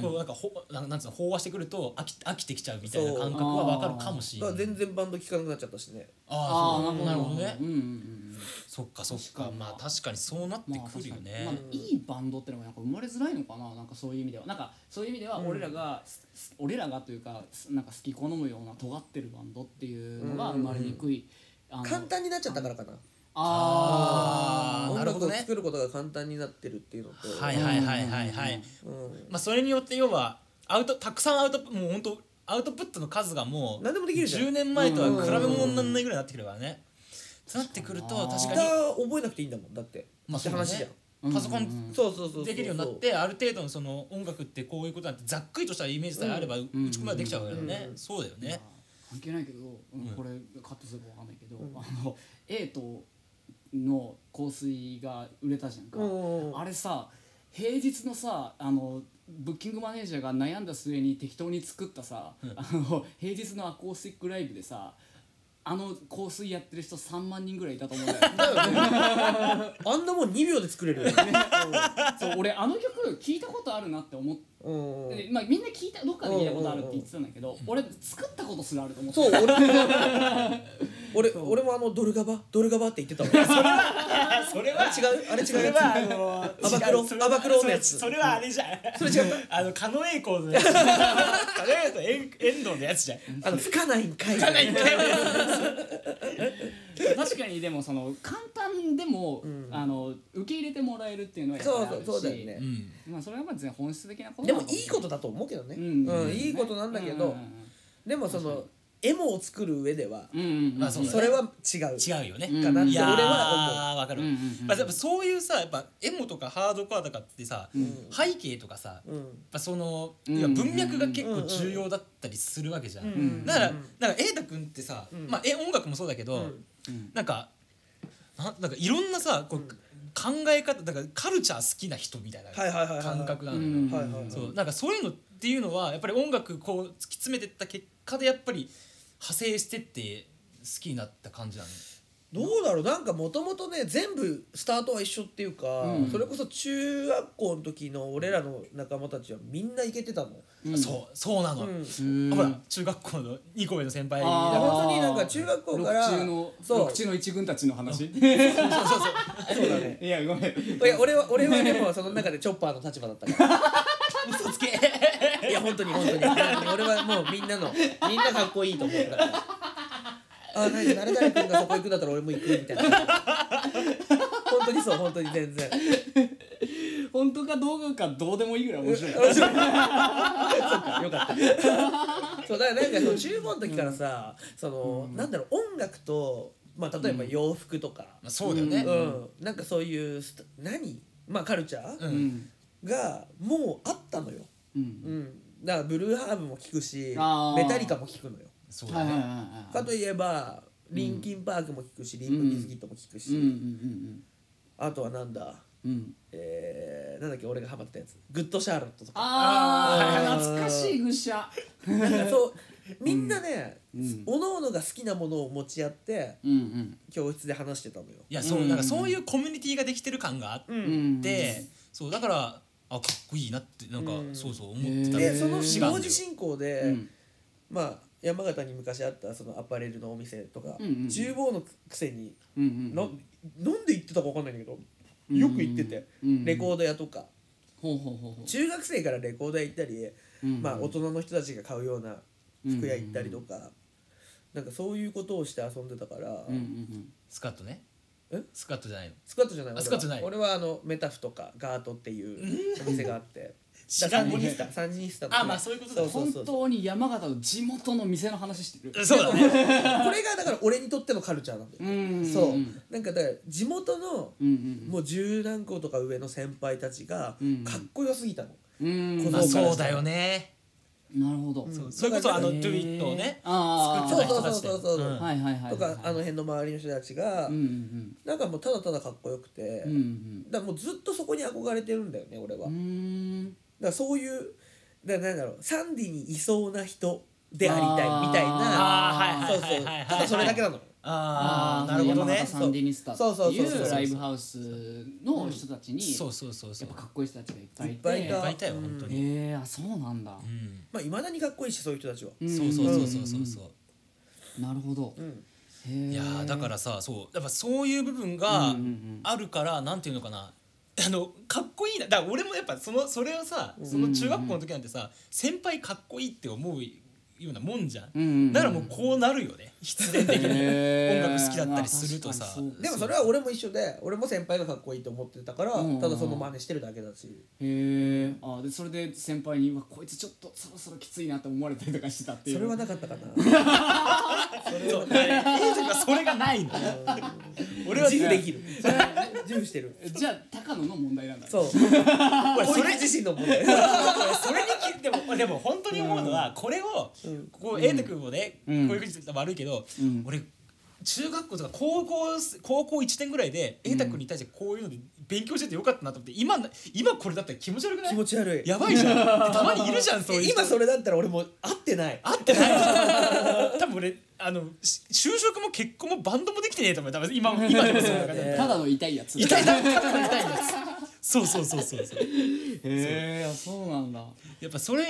S2: こうなんかほなんなんつうの飽和してくると飽き飽きてきちゃうみたいな感覚はわかるかもしれ
S4: だ
S2: な
S4: か
S2: い
S4: ら全然バンド聴かなくなっちゃったしね
S2: あーそ
S3: あー
S2: うなるほどね、
S3: うんうんうん
S2: そっかそっかまあ確かにそうなって
S3: まあ
S2: くるよね、
S3: まあいいバンドってのがなんか生まれづらいのかななんかそういう意味ではなんかそういう意味では俺らが、すす俺らがというかすなんか好き好むような尖ってるバンドっていうのが生まれにくい、あの
S4: 簡単になっちゃったからかな
S3: あ
S2: あーな
S4: 音
S2: るほ
S4: 楽
S2: ど
S4: を
S2: ね
S4: 作ることが簡単になってるっていうのと
S2: はいはいはいはいはい、まあそれによって要はアウトたくさんアウトプもう本当アウトプットの数がもう
S4: 何でもできるじゃん
S2: 10年前とは比べ物にならないぐらいになってくるからね、そうなってくると確
S4: ギ
S2: か
S4: タ
S2: に
S4: ー覚えなくていいんだもんだって
S2: まあ
S4: って
S2: そうだね
S4: 話じゃん
S2: パソコ
S3: うんうん
S2: ン
S4: そうそうそうそう
S2: できるようになってある程度のその音楽ってこういうことなんてざっくりとしたイメージさえあれば打ち込みはできちゃうからね、そうだよね、
S3: 関係ないけど、これカットするかわかんないけど、あの A との香水が売れたじゃんか、
S4: うんうん
S3: あれさ平日のさあのブッキングマネージャーが悩んだ末に適当に作ったさ、あの平日のアコースティックライブでさあの香水やってる人3万人ぐらいいたと思うんだ
S4: [LAUGHS]
S3: よ
S4: あんなもん2秒で作れる
S2: [LAUGHS]
S4: よね
S3: そう俺あの曲聞いたことあるなって思って、
S4: うんうん
S3: まあ、みんな聞いたどっかで聞いたことあるって言ってたんだけど、俺作ったことすらあると思って
S4: そう俺
S2: [LAUGHS]
S4: も俺俺もあのドルガバドルガバって言ってたも
S2: [LAUGHS]
S4: ん
S2: それは
S4: 違うあれ違うやつ
S2: それはあの
S4: アバクロ
S2: 違うそれは
S4: アバクロのやつ
S2: それはそれはあれじゃんそれ違うあの狩野英孝のやつ狩野英孝と遠遠藤のやつじゃん
S4: あの吹かないんかい
S2: 一回目
S3: 確かにでもその簡単でも、あの受け入れてもらえるっていうのはやっぱ
S4: そう
S3: りあ
S4: そ
S3: る
S4: う
S3: し
S4: そうだよね
S3: まあそれはまあ全然本質的なこと
S4: で
S3: なの
S4: も
S3: か
S4: いいことだと思うけどね
S3: うん
S4: うんいいことなんだけどでもそのエモを作る上では
S3: うんうんうんうん
S2: まあそうだね
S4: それは違う
S2: 違うよね。
S4: かなって
S2: い
S4: 俺
S2: やー
S4: は
S2: わかる。
S3: うんうんうん
S2: まあやっぱそういうさやっぱエモとかハードコアとかってさ、背景とかさ、
S4: 思
S2: や
S4: う
S2: っ
S4: うん
S2: ぱその、
S3: ん
S2: いや文脈が結構重要だったりするわけじゃん。
S4: ん
S2: だからなんか瑛太君ってさ、まあえ音楽もそうだけど、
S4: ん
S2: なんかななんかいろんなさこう、考え方だからカルチャー好きな人みたいな
S4: はいはいはいはい
S2: 感覚なのよ、
S3: うん
S4: はいはいはい
S2: そうなんかそういうのっていうのはやっぱり音楽こう突き詰めてった結果でやっぱり派生してって好きになった感じなのよ
S4: どうだろうなんかもともとね全部スタートは一緒っていうか、
S3: うん
S4: それこそ中学校の時の俺らの仲間たちはみんなイケてたの、
S3: うん
S2: そうそうなの、
S4: うん
S3: うん
S2: ほら中学校の2個上の先輩
S3: あー
S4: 本当になんか中学校から
S3: 六中の
S4: そう
S3: 六中の一軍たちの話
S4: そうだね
S3: [LAUGHS] いやごめん
S4: いや俺は俺はでもその中でチョッパーの立場だったから嘘つけいや本当に本当に本当に俺はもうみんなのみんなかっこいいと思うからあ何誰々君がそこ行くんだったら俺も行くみたいな本当にそう本当に全然
S3: 本当かどうかどうでもいいぐらい面白い
S4: よかった。そうだからなんかその中高の時からさ、その、なんだろう音楽とまあ例えば洋服とか、
S2: まあ、そうだよね、
S4: うん、なんかそういうスタ何まあカルチャー、
S2: う
S3: うんん
S4: がもうあったのよ。
S3: うん
S4: うん。だからブルーハーブも聞くし
S3: あ、ー
S4: メタリカも聞くのよ。
S2: そうだ
S3: はい
S2: ね、
S3: はいはい
S4: か
S3: はい
S4: といえば。リンキンパークも聞くし、リンプビズキットも聞くし、
S3: うんうん
S4: あとはなんだ、
S3: うんうんうん
S4: えー、なんだっけ俺がハマってたやつ、グッドシャーロットとか、
S3: ああ
S4: あー
S3: 懐かしいぐしゃ
S4: なんかそうみんなね、
S3: うん
S4: おのおのが好きなものを持ち合って
S3: うん
S4: 教室で話してたのよ。
S2: いやそう、
S3: うん
S2: なんかそういうコミュニティができてる感があっ
S4: うん
S3: うんうん
S2: て、そうだからあかっこいいなってなんか、
S4: うん
S2: そうそう思ってた
S3: へ
S4: で
S3: ー
S4: その
S2: 違うんだよ
S4: 同時進行で、
S3: うん
S4: まあ山形に昔あったそのアパレルのお店とか、
S3: うんうん
S4: 厨房のくせに、
S3: うんうん
S4: ななんで行ってたか分かんないんだけど
S3: ん
S4: よく行ってて、
S3: うん
S4: レコード屋とか
S3: ほうほうほうほ
S4: 中学生からレコード屋行ったり、
S3: ううん
S4: まあ、大人の人たちが買うような服屋行ったりとか、なんかそういうことをして遊んでたから、
S3: うんうん
S2: スカットね
S4: え
S2: スカットじゃないの
S4: スカットじゃない
S2: あスカットじゃない
S4: 俺は俺はあのメタフとかガートっていうお店があって。だ
S2: [LAUGHS] 知
S4: からら
S2: ん
S4: サン
S2: ね
S4: ニスタサンニスタ
S2: あまあそういうことだ
S4: そ
S3: うん
S4: うそう
S3: 本
S4: そう
S3: 当に山形の地元の店の話してる
S2: そうだね
S4: これがだから俺にとってのカルチャーなんだよ、
S3: ん
S4: そううんなんかだから地元の
S3: うん
S4: もう十何個とか上の先輩たちが
S3: うん
S4: かっこよすぎたの、
S3: うん
S4: こ
S2: ま
S4: の
S2: あそうだよね
S3: なるほど
S4: ん
S2: それこそあの「
S4: へ
S2: Do It」をね
S3: あー
S2: 作ってた
S4: そう
S2: 人
S4: そ
S2: たちで
S4: うそうそうそうそう
S2: うん
S3: はいはいはいはい
S4: とかあの辺の周りの人たちが、
S3: うんうん
S4: なんかもうただただかっこよくて、
S3: うんうん
S4: だからもうずっとそこに憧れてるんだよね俺は、
S3: うんう
S4: だか
S3: ーん
S4: らそういうだからなんだろうサンディにいそうな人でありたいみたいな
S2: あー
S4: そう
S2: はいはい
S4: そう
S2: はいはいはい
S4: ただそれだけなの
S2: ああなるほど
S3: 山
S2: ね
S3: 形サンディニスタって
S4: そうそう
S3: い
S4: そうそうう
S3: ライブハウスの人たちに
S2: そうそうそうそ
S3: や
S2: う
S3: っぱかっこいい人たちがいっぱい
S4: い
S3: い
S4: っぱ
S3: て
S4: いい
S2: い
S4: た
S2: っぱいいたよ
S4: うん
S2: 本当に、
S3: えー、あそうなんだ
S2: う、ん
S4: まあいまだにかっこいいしそういう人たちは、
S3: ん
S2: そうそうそうそうそうそう、
S3: なるほど、
S4: ん
S3: へー
S2: いやーだからさそうやっぱそういう部分が
S3: うんうんうん
S2: あるから、なんていうのかな [LAUGHS] あのかっこいいなだから俺もやっぱそのそれをさその中学校の時なんてさ先輩かっこいいって思うようなもんじゃん、
S3: うんうんうん
S2: だからもうこうなるよね必然的に
S3: へ
S2: 音
S3: ー
S2: 楽好きだったりするとさ
S3: まあ確
S2: [LAUGHS]
S3: かにそう
S4: でもそれは俺も一緒で俺も先輩がかっこいいと思ってたから、
S3: うん
S4: ただその真似してるだけだし、
S3: へえあでそれで先輩に「うわこいつちょっとそろそろきついな」って思われたりとかしてたっていう
S4: それはなかったかなそれ
S2: そう
S4: は
S2: だからエイジ君はそれがない
S3: [LAUGHS]
S2: の俺は
S4: 自負できるそれは自負してる
S3: じゃあ高野の問題なんだ
S4: そう
S2: 俺
S4: そ
S2: そ
S4: れ
S2: れ
S4: 自身の問題
S2: それにきでもでも本当に思うのはこれを
S4: うん
S2: こう瑛太君もねこう
S3: うん
S2: いうふうに言ったら悪いけど
S3: うん
S2: 俺中学校とか高校す高校1年ぐらいで瑛太君に対してこういうので勉強しててよかったなと思って今な今これだった [LAUGHS] ら気持ち悪くな
S4: 気持
S2: い
S4: ち悪い
S2: やばいじゃんたまにいるじゃんそういう
S4: え
S2: 人
S4: 今それだったら俺もう合ってない
S2: 合ってない多分俺あのし就職も結婚もバンドもできてねえと思う多分今今でもそう
S4: [LAUGHS]
S2: だから
S4: ね
S3: ただの痛いやつ
S2: 痛い痛い痛い痛いやつそうそうそうそうそう
S3: へえそうなんだ
S2: やっぱそれ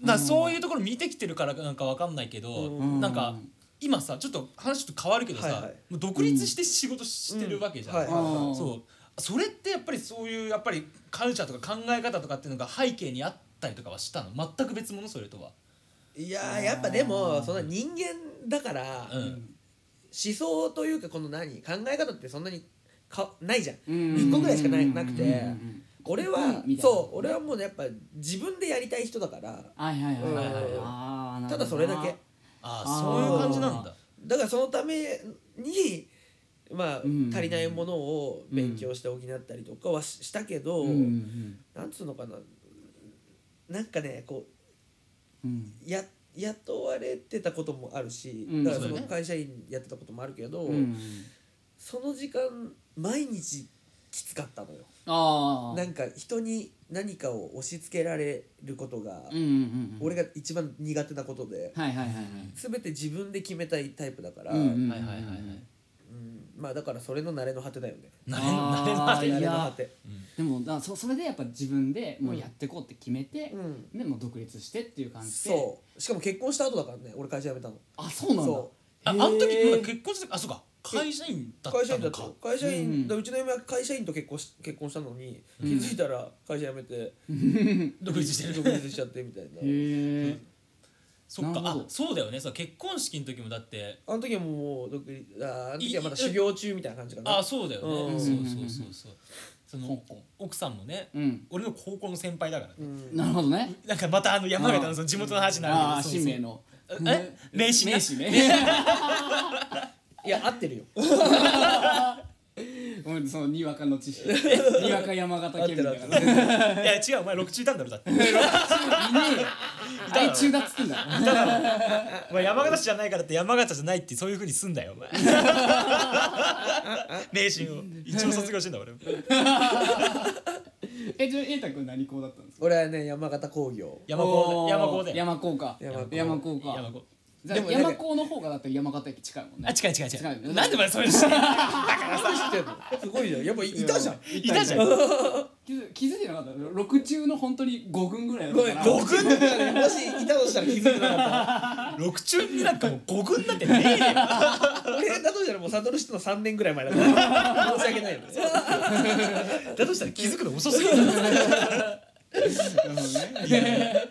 S2: な、そういうところ見てきてるからなんかわかんないけど、
S4: うん
S2: なんか今さちょっと話ちょっと変わるけどさ、
S4: はいはい
S2: もう独立して仕事してるわけじゃん、
S4: うんはいはい
S3: はい
S2: そうそれってやっぱりそういうやっぱりカルチャーとか考え方とかっていうのが背景にあったりとかはしたの全く別物それとは、
S4: いやーやっぱでもその人間だから、
S2: うん
S4: 思想というかこの何考え方ってそんなにかないじゃん
S3: ん
S4: 一個ぐらいしかないな
S3: うん
S4: く
S3: うん
S4: て
S3: うん
S4: 俺は
S3: みたいな
S4: そう俺はもうねやっぱ自分でやりたい人だから
S3: はいはいはいはいはい
S4: うん
S3: あーなるほどな
S4: ただそれだけ
S2: あ
S3: あ
S2: あ
S3: ー
S2: そういう感じなんだ
S4: だからそのためにまあ、
S3: うん
S4: 足りないものを勉強して補ったりとかはししたけど、
S3: うんうん
S4: なんつうのかななんかねこ
S3: うん
S4: うや雇われてたこともあるし、
S3: うん
S4: だからそ
S1: そうだね
S4: の会社員やってたこともあるけど、
S3: うん、
S4: その時間毎日きつかったのよ
S3: ああ
S4: なんか人に何かを押し付けられることが、
S3: うんうんうん
S4: 俺が一番苦手なことで、
S3: はいはいはいはい
S4: 全て自分で決めたいタイプだから、
S3: うんうんうん
S1: はいはいはいはい
S4: うんまあだからそれの慣れの果てだよね
S2: なれ
S3: あー
S2: なれ
S3: い
S2: な
S4: 慣
S2: れ
S4: れの果
S3: や
S4: て
S3: でもだそそれでやっぱ自分でもうやってこうって決めて、
S4: うん
S3: でもう独立してっていう感じで
S4: そうしかも結婚した後だからね俺会社辞めたの
S3: あそうなんだ
S4: そ
S2: ああ
S3: へー
S2: の時まだ
S3: [LAUGHS]
S2: 結婚してあそうか会社員だっ
S4: 会社
S2: た
S4: 員だ
S2: の
S4: っ
S2: か
S4: た会社員、
S3: うん
S4: うちの嫁は会社員と結婚し結婚したのに、気づいたら会社辞めて
S2: 独立してる
S4: 独立しちゃってみたい
S3: [LAUGHS] へ
S4: な
S3: え
S2: [LAUGHS] そっか
S3: なるほ
S2: あ
S3: ど
S2: そうだよねそう結婚式の時もだって
S4: あの時はもう独立ああの時はまだ修行中みたいな感じかな
S2: あそうだよね、
S4: うん
S2: そうそうそうそうそ
S3: 香
S2: の
S3: 港
S2: 奥さんもね、
S3: うん
S2: 俺の高校の先輩だからね、
S4: うん
S3: なるほどね
S2: なんかまたあの山形
S3: あ
S2: の
S3: ー
S2: その地元の話に
S3: あ
S2: な
S3: あ
S2: るけどそ
S3: 新
S2: うそう
S3: 名の
S2: え名刺
S3: 名
S2: ね
S3: 刺ね
S4: いや合ってるよ
S3: ごめんそのにわかの知識にわか山形県民だか
S4: 合
S3: ら
S4: って
S2: いや違うお前六中いたんだろだって
S3: いねえよあれ中だっつってんだ
S2: お前山形市じゃないからって山形じゃないってそういうふうにすんだよお前名神を一応卒業してんだ俺も
S3: えじゃあ瑛太君何校だったんですか
S4: 俺はね山形工業
S2: 山高
S3: お
S2: ね
S3: ー
S2: 山高で
S3: 山高か
S4: 山高
S3: 山高か
S2: 山高
S3: じゃあ
S4: でもなんか
S3: 山高の方がだって山形駅近いもんね
S2: あ近い近い
S3: 近
S2: 近
S3: いね
S2: いなんでお前そういうの知ってんの
S4: 知ってんのすごいじゃんやっぱいいたじゃん
S3: い
S2: いたじゃん
S3: 気づ気づいてなかった6中の本当に5軍ぐらいだ
S4: ご
S3: っ
S4: め
S3: た
S4: ん
S3: から
S4: 僕の中でもしいたとしたら気づいてなかっ
S2: 六中になんかもう五軍なんてねえよ
S4: た俺だとしたらもう悟しての3年ぐらい前だ [LAUGHS] から申し訳ないよね
S2: だとしたら気づくの遅すぎる
S3: なるほどね [LAUGHS]
S2: [LAUGHS]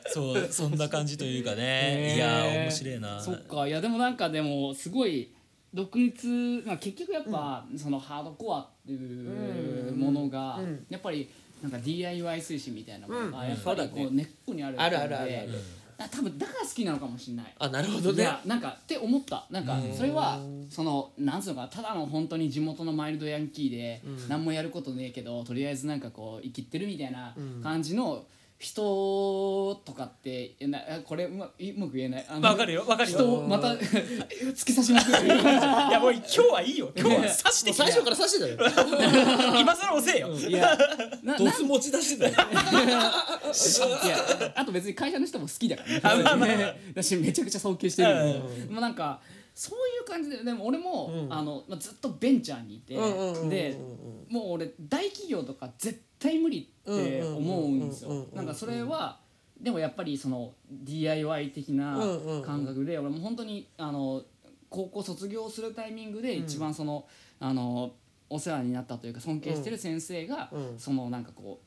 S2: そうそんな感じというか
S3: へ
S2: ね
S3: ー
S2: いやー面白いな
S3: そっかいやでもなんかでもすごい独立、まあ、結局やっぱ、そのハードコアっていうものが、
S4: うん
S3: やっぱりなんか DIY 推進みたいなものが、
S4: う
S3: やっ
S4: ん
S3: ぱり
S4: そ
S3: こ
S4: うだ
S3: う根っこにある
S4: あるあるある
S3: のであ多分だから好きなのかもしれない。
S4: あなるほ
S3: いやなんかって思ったなんかそれはそのなんつうのかなただの本当に地元のマイルドヤンキーで、何もやることねえけどとりあえずなんかこう生きってるみたいな感じの人とかってえなこれうまうまく言えないあの
S2: わかるよわかるよ
S3: 人をまた [LAUGHS] 突き刺しまくる
S4: [LAUGHS]
S2: いやもう今日はいいよ今日は刺してきて
S4: 最初から刺してたよ
S2: 今更遅えよ
S3: いやなない
S4: ドス持ち出してたよ
S3: やあと別に会社の人も好きだからねだしめちゃくちゃ尊敬してるんでもうなんかそういう感じででも俺も、あのまあ、ずっとベンチャーにいて、
S4: うんうんうんうん
S3: でもう俺大企業とか絶対無理って思うんですよ
S4: うんうんうんうんうんうん
S3: なんかそれはでもやっぱりその DIY 的な
S4: うんうんうん
S3: 感覚で俺も本当にあの高校卒業するタイミングで一番その,、あのお世話になったというか尊敬してる先生が、
S4: うん
S3: そのなんかこう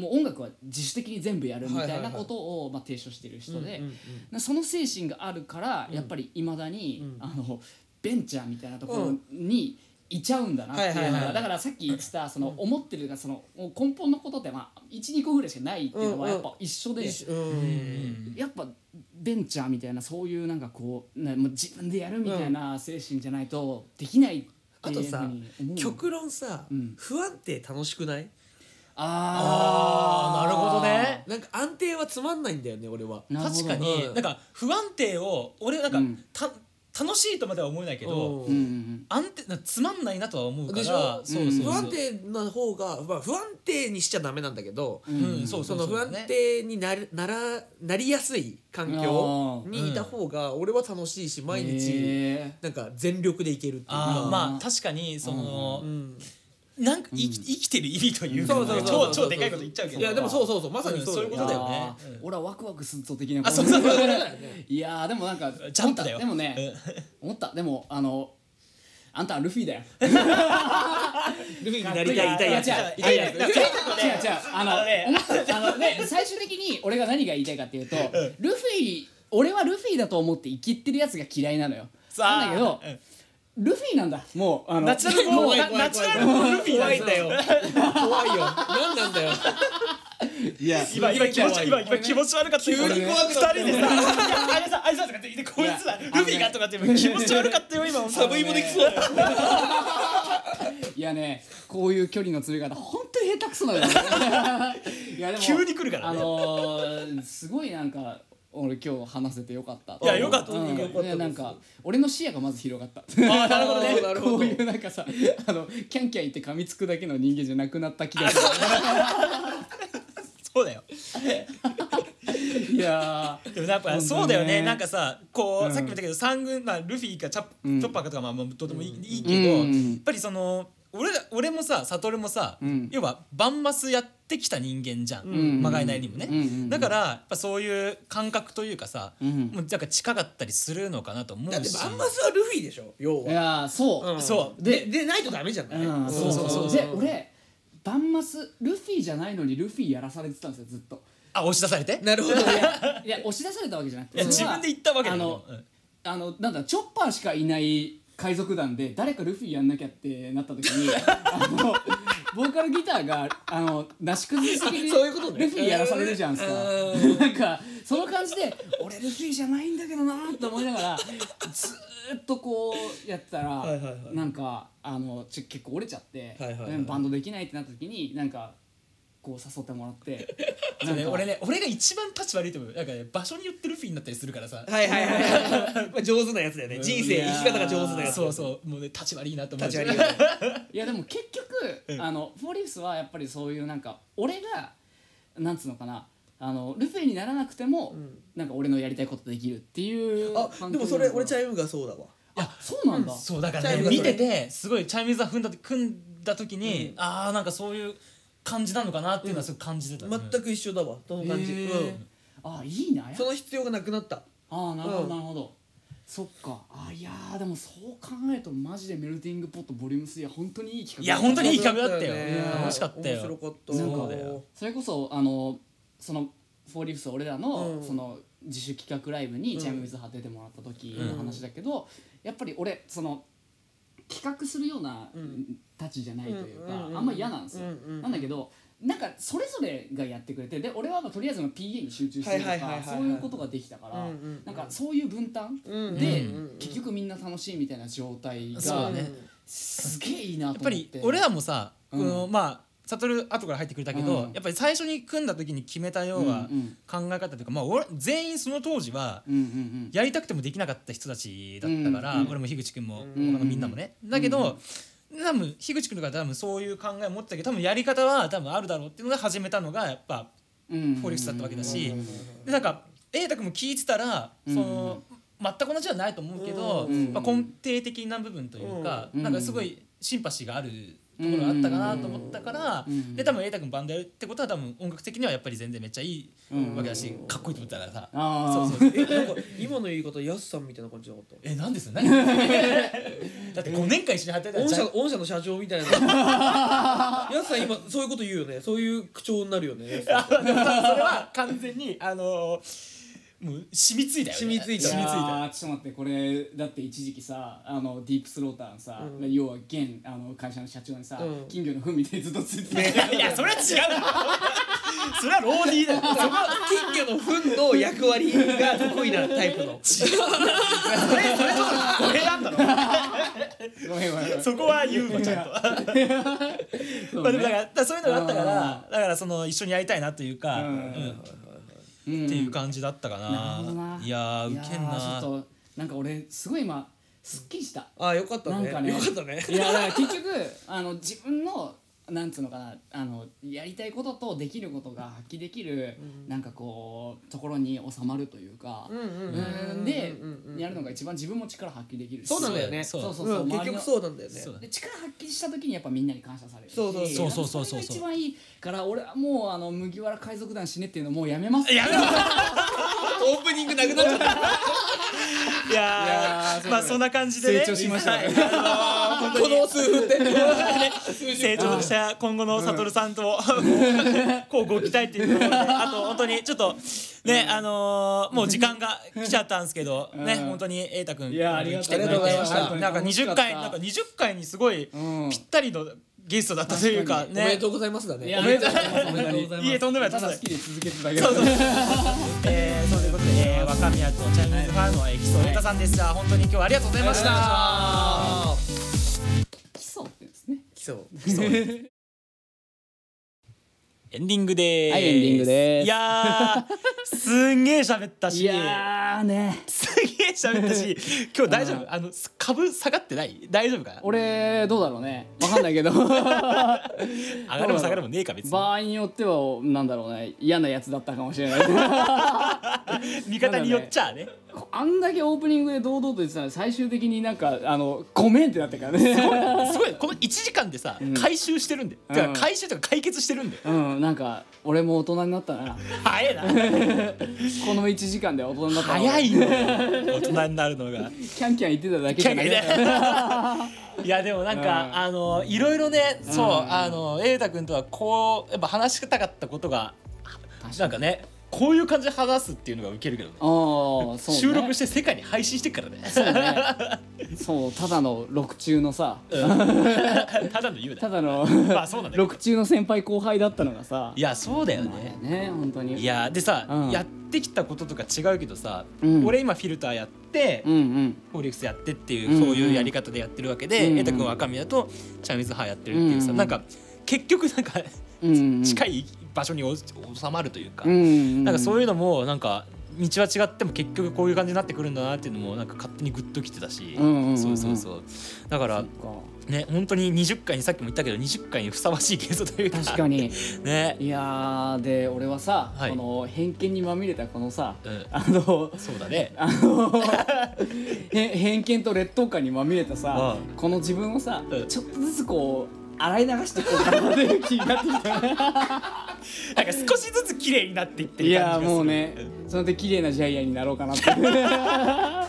S3: もう音楽は自主的に全部やるみた
S4: はい
S3: い
S4: はいは
S3: ないことをまあ提唱してる人で
S4: うんうんうん
S3: なその精神があるからやっぱりいまだに、
S4: うん
S3: あのベンチャーみたいなところにいちゃうんだなっていう
S4: はい
S3: の
S4: はいは
S3: が
S4: い
S3: だからさっき言ってたその思ってるがそのもう根本のことってまあ12個ぐらいしかないっていうのはやっぱ一緒で。
S4: う
S2: うんん
S3: やっぱベンチャーみたいなそういうなんかこうなもう自分でやるみたいな精神じゃないとできないって
S4: あ
S3: いう
S4: と
S3: ふう
S4: さ
S3: に思う
S4: 極論さ
S3: うん
S4: 不安定楽しくない
S3: あー
S2: あーなるほどね
S4: なんか安定はつまんないんだよね俺は
S3: なるほど
S2: 確かに、
S4: うん
S2: なんか不安定を俺なんか、
S3: うん
S2: た楽しいとまでは思えないけど、
S3: うんうん
S2: 安定なんかつまんないなとは思うから
S4: でしょ
S2: そうそうそう
S4: 不安定な方が、まあ、不安定にしちゃダメなんだけど、
S2: うん、そうそ
S4: そ
S2: う
S4: の
S2: そう
S4: 不安定になるならなりやすい環境にいた方が俺は楽しいし毎日
S3: へ
S4: なんか全力でいけるっていう
S2: あ
S4: か
S2: ーまあ確かにその、
S4: うん
S2: なんか生き生きてる意味というか、
S4: そうそうそう
S2: 超超でかいこと言っちゃうけど
S4: いやでもそうそうそうまさにそう
S2: うんそうい
S3: ー
S2: うことだよね
S3: いやー俺はワクワクするぞ的な
S2: あそうそうそう
S3: いやーでもなんか
S2: ジャンプだよ
S3: 思ったでもね思ったでもあのあんたはルフィだよ
S4: ルフィになりたい痛いやつ
S3: 違う
S2: 痛いやつ
S3: 違う違う違うあの
S2: あのね
S3: 思ったあのね最終的に俺が何が言いたいかっていうとルフィ俺はルフィだと思って生きってるやつが嫌いなのよ
S2: あ
S3: なんだけど
S2: うん
S3: ルフィなんだもうあの
S2: ナチュラルボ
S4: 怖い
S2: ーン
S4: 怖い
S2: ナチュラルボーンルフィ
S4: 怖い
S2: なんんだ
S4: だよ
S2: よ
S4: 怖いよ何なんだよ
S3: いや
S2: 今今気持ち今今気持ち悪かったよ
S4: 急に怖くなった
S2: 二人でさいやあれさあれさとかって言ってこいつら
S3: いや
S2: ルフィがとかって今気持ち悪かったよ今
S4: サブイもできそうだよ
S3: いやねこういう距離の詰め方本当に下手くそなのよいやでも
S2: 急に来るからね
S3: あのーすごいなんか俺今日話せてよかった
S2: いやよかった
S3: うん
S4: よかったで
S3: で
S4: す
S3: なんか俺の視野がまず広がった
S2: ああなるほどね
S3: [LAUGHS]
S4: あーなるほど
S3: こういうなんかさあのキャンキャン言って噛みつくだけの人間じゃなくなった気がす
S2: そうだよ
S3: るいやー
S2: でもやっぱ
S3: 本当にね
S2: そうだよねなんかさこう、
S3: うん
S2: さっきも言ったけど三軍、まあ、ルフィかチャップ、
S3: ん
S2: チョッパーかとかまあまあとてもいい,、いいけど、
S3: うん
S2: やっぱりその俺ら俺もさ悟もさ、
S3: うん
S2: 要はバンマスやってきた人間じゃん、
S3: ん
S2: まがいなりにもね、
S3: うんうん
S2: だからやっぱそういう感覚というかさ、
S3: ん
S2: もうなんか近かったりするのかなと思うし
S4: だってバンマスはルフィでしょ要
S3: い
S4: は、
S3: やーそう、
S4: ん
S2: そう
S4: ででないとダメじゃない、
S3: うん
S4: ん
S3: そうそうそう
S4: うん
S3: で俺バンマスルフィじゃないのにルフィやらされてたんですよずっと
S2: あ押し出されて
S4: なるほど
S3: い [LAUGHS] やいや押し出されたわけじゃなく
S2: い
S3: て
S2: や自分で言ったわけだ
S3: あ
S2: よ
S3: の
S2: うん
S3: あのなんだチョッパーしかいない海賊団で誰かルフィやんなきゃってなった時
S4: [LAUGHS]
S3: にあのボーカルギターがあのなし崩しすぎに
S4: そういうことね
S3: ルフィやらされるじゃんすかなんかその感じで俺ルフィじゃないんだけどなーって思いながらずーっとこうやってたら、
S4: いはいはい
S3: なんかあのちょ結構折れちゃって、
S4: はいはいはい
S3: バンドできないってなった時になんかこう誘ってもらって
S4: [LAUGHS]
S2: そう
S3: なん
S2: ね
S3: か
S2: 俺ね俺が一番立ち悪いと思うなんかね場所によってルフィになったりするからさ
S4: はいはいはいまあ上手なやつだよね人生生き方が上手なやつ
S2: そうそうもうね立ち悪いなと思う
S4: 立ち悪いよね
S3: いやでも結局、あのフォーリーフスはやっぱりそういうなんか俺がなんつうのかなあのルフィにならなくても、なんか俺のやりたいことできるっていう
S4: あでもそれ俺チ
S3: ゃ
S4: ャイムがそうだわ
S3: あそうなんだ、
S2: そうだか
S4: チャ
S2: ら
S4: イム
S2: ね見
S4: が
S2: ててすごいチャイムザ踏んだ組んだ時に、ああなんかそういう感じなのかなっていうのはすごく感じてた、
S4: 全く一緒だわその感じ、
S3: へ
S4: う
S3: ー
S4: ん、
S3: あいいなや
S4: その必要がなくなった
S3: ああなるほど、
S4: うん
S3: なるほどそっかあいやーでもそう考えるとマジでメルティングポットボリューム3は本当にいい企画
S2: いや本当にいい企画だったよ
S4: ね
S3: いや楽
S2: しかったよ
S4: 面白かった
S3: なん
S2: そう
S3: か
S2: だよ
S3: それこそあのそのフォーリーフス俺らの,、
S4: うん
S3: その自主企画ライブにチャイムウィズハ出てもらった時の話だけど、やっぱり俺その企画するような
S4: うん
S3: たちじゃないというか、
S4: うんうんうん
S3: あんま嫌なんですよ、
S4: うんうん
S3: なんだけどなんかそれぞれがやってくれてで俺はまあとりあえずの PA に集中してると
S4: はいはいはいは
S3: か
S4: いはい
S3: そういうことができたから、
S4: うんうんうん
S3: なんかそういう分担
S4: うん
S3: で、
S4: うんうん
S3: 結局みんな楽しいみたいな状態
S2: そうだ
S3: が、
S2: ね
S3: すげえいいな
S2: や
S3: と
S2: っぱ
S3: 思って
S2: り俺らもさ、
S3: うん
S2: このまあ悟後から入ってくれたけど、
S3: うん
S2: やっぱり最初に組んだ時に決めたような考え方というか、まあ、俺全員その当時は
S3: うんうんうん
S2: やりたくてもできなかった人たちだったから、
S3: うん
S2: 俺も樋口君も、
S3: ん
S2: 他のみんなもね。だけど、多分樋口君とか多分そういう考えを持ってたけど多分やり方は多分あるだろうっていうのが始めたのがやっぱ
S3: フォ
S2: フォリックスだったわけだし、でなんか瑛太君も聞いてたら、その全く同じじゃないと思うけど、
S4: うん
S2: まあ、根底的な部分というか、
S3: うん
S2: なんかすごいシンパシーがあるところがあったかなと思ったから、
S3: うん
S2: で多分瑛太君バンドやるってことは多分音楽的にはやっぱり全然めっちゃいい
S3: うん
S2: わけだし、かっこいいと思ったからさ。
S3: あ
S2: そ
S3: あ
S2: うそう
S4: えなんか今の言い方やすさんみたいな感じなかった
S2: えなんですよ何だ [LAUGHS] って5年間一緒に働い
S4: 御
S2: てた
S4: 社
S2: ら
S4: 御社の社長みたいなやすさん今そういうこと言うよねそういう口調にな
S2: [LAUGHS]
S4: るよねやすさん
S2: [LAUGHS] それは完全にあのもう染みついたよね
S4: 染みついた
S2: 染みついた
S3: やーちょっと待ってこれだって一時期さあのディープスローターのさ、要は現あの会社の社長にさ、
S4: うん
S3: 金魚の糞みたいにずっとついてた、
S2: いやそれは違うそれはローディー
S4: [LAUGHS]
S2: だよ
S4: その金魚の糞の役割が得意なタイプ
S2: [LAUGHS]
S4: の
S2: これなんだろ
S3: ごめんごめんごめん
S2: そこは言うわちゃんと
S3: そ
S2: ま
S3: うね
S2: あでもだからだからそういうのがあったから
S3: あ
S2: だからその一緒にやりたいなというか、
S3: うん
S2: うん
S3: うん
S2: っていう感じだったか
S3: な
S2: な
S3: るほどない
S2: やーウケん
S3: いやー
S2: な
S3: ちょっとなんか俺すごい今すっきりした
S4: ああよかったね
S3: なんかね
S4: よかったね
S3: いやだから結局 [LAUGHS] あの自分のなんつうのかなあのやりたいこととできることが発揮できる、なんかこうところに収まるというか、
S4: うんうん
S3: うんで
S4: うんうんうん
S3: やるのが一番自分も力発揮できるし
S4: そうなんだよね
S2: そう
S3: そうそう
S4: う
S3: そう、
S4: ん結
S3: 周りの
S4: 局そうなんだよね
S2: そうだ
S3: で力発揮した時にやっぱみんなに感謝されるし
S4: そうそうそう
S2: そうそうそう
S3: れが一番いいから俺はもうあの麦わら海賊団死ねっていうのもうやめます
S2: やめろ
S4: [LAUGHS] オープニングなくなっちゃった
S2: いや
S3: やー
S2: ー
S3: そう
S2: まあそんな感じでね
S3: 成長しました
S2: はいあのー本当に
S4: この数分で
S2: 成長した今後の悟さんとも、こうご期待っていうところであ
S4: [LAUGHS]
S2: と本当にちょっとね、あのーもう時間が来ちゃったんですけど、ね
S3: うん
S2: 本当に瑛太君
S3: いやありがと
S2: 来
S3: う
S2: てくれて
S4: ありがとうございました
S2: なんか20回なんか20回にすごい
S3: うん
S2: ぴったりのゲストだったというか
S3: 確
S4: おめで
S2: ね
S4: とうございますだね
S3: いや
S4: おめでとうございます
S3: おめでとうございます
S2: いえとんでもないと
S3: た
S2: んでもな
S3: だ好
S2: い
S3: きで続けてたけ
S2: そ
S3: ど
S2: うそうそう [LAUGHS] えーそういうことで、えー若宮とチャイムズファンのエキソ瑛太さんでした本当に今日はありがとうございました、
S3: 基礎って言うんですね
S4: そう
S2: エンディングでーす。
S3: はいエンディングです
S2: いやー、すんげえ喋ったし。
S3: いやーね
S2: すげえ喋った
S3: [LAUGHS]
S2: し、今日大丈夫あの、株下がってない大丈夫かな
S3: 俺どうだろうねわかんないけど
S2: 上がるも下がるもねえか別に。
S3: 場合によってはなんだろうね嫌なやつだったかもしれない [LAUGHS]
S2: 味方によっちゃあね。
S3: あんだけオープニングで堂々と言ってたのに最終的になんかあのごめんってなってからね
S2: すごい、この1時間でさ、回収してるんで。てか回収とか解決してるんで。
S3: うんなんか俺も大人になったな
S2: 早
S3: [LAUGHS]
S2: いな。
S3: この1時間で大人になったな
S2: 早いよ。大人になるのが。
S3: キャンキャン言ってただけじゃない
S2: [LAUGHS] いやでもなんか、
S3: うん
S2: あのいろいろねそう、あの瑛太君とはこうやっぱ話したかったことがなんかねこういう感じで話すっていうのがウケるけどね
S3: あーそうね
S2: 収録して世界に配信してっからね
S3: そうねそうただの録中のさ [LAUGHS]
S2: うんただの言う
S3: た
S2: だ
S3: だの
S2: まあそうなんだけど
S3: 録中の先輩後輩だったのがさ
S2: いやそうだよ
S3: まあ
S2: ね
S3: ね本当に
S2: いやでさ、
S3: うん
S2: やってきたこととか違うけどさ、
S3: うん
S2: 俺今フィルターやって、
S3: うんうん
S2: フォーリックスやってっていう、
S3: うんうん
S2: そういうやり方でやってるわけで
S3: うんうん
S2: 瑛太、君は赤身だと茶水派やってるっていうさ、
S3: うんうん
S2: なんか結局なんか
S3: うんうん
S2: 近
S3: い
S2: い場所にお収まるというか、
S3: うんうん
S2: なんかそう
S3: い
S2: いうのもなんか道は違っても結局こういう感じになってくるんだなっていうのもなんか勝手にグッときてたし、
S3: うんうんうんうん
S2: そうそうそうだから
S3: う
S2: ね本当に20回にさっきも言ったけど20回にふさわしいゲストというか
S3: 確かに
S2: ね
S3: いやーで俺はさ、
S2: はい
S3: この偏見にまみれたこのさ、
S2: うん
S3: あの
S2: そうだね
S3: [LAUGHS] あのへ偏見と劣等感にまみれたさ、
S2: う
S3: この自分をさ、
S2: うん
S3: ちょっとずつこう洗い流していこうかなっていう気になってきた
S2: なんか少しずつ綺麗になっていって
S3: い
S2: る
S3: や [LAUGHS]
S2: 感じがする
S3: ーもうね、その手綺麗なジャイアンになろうかなって [LAUGHS] い
S2: うん綺麗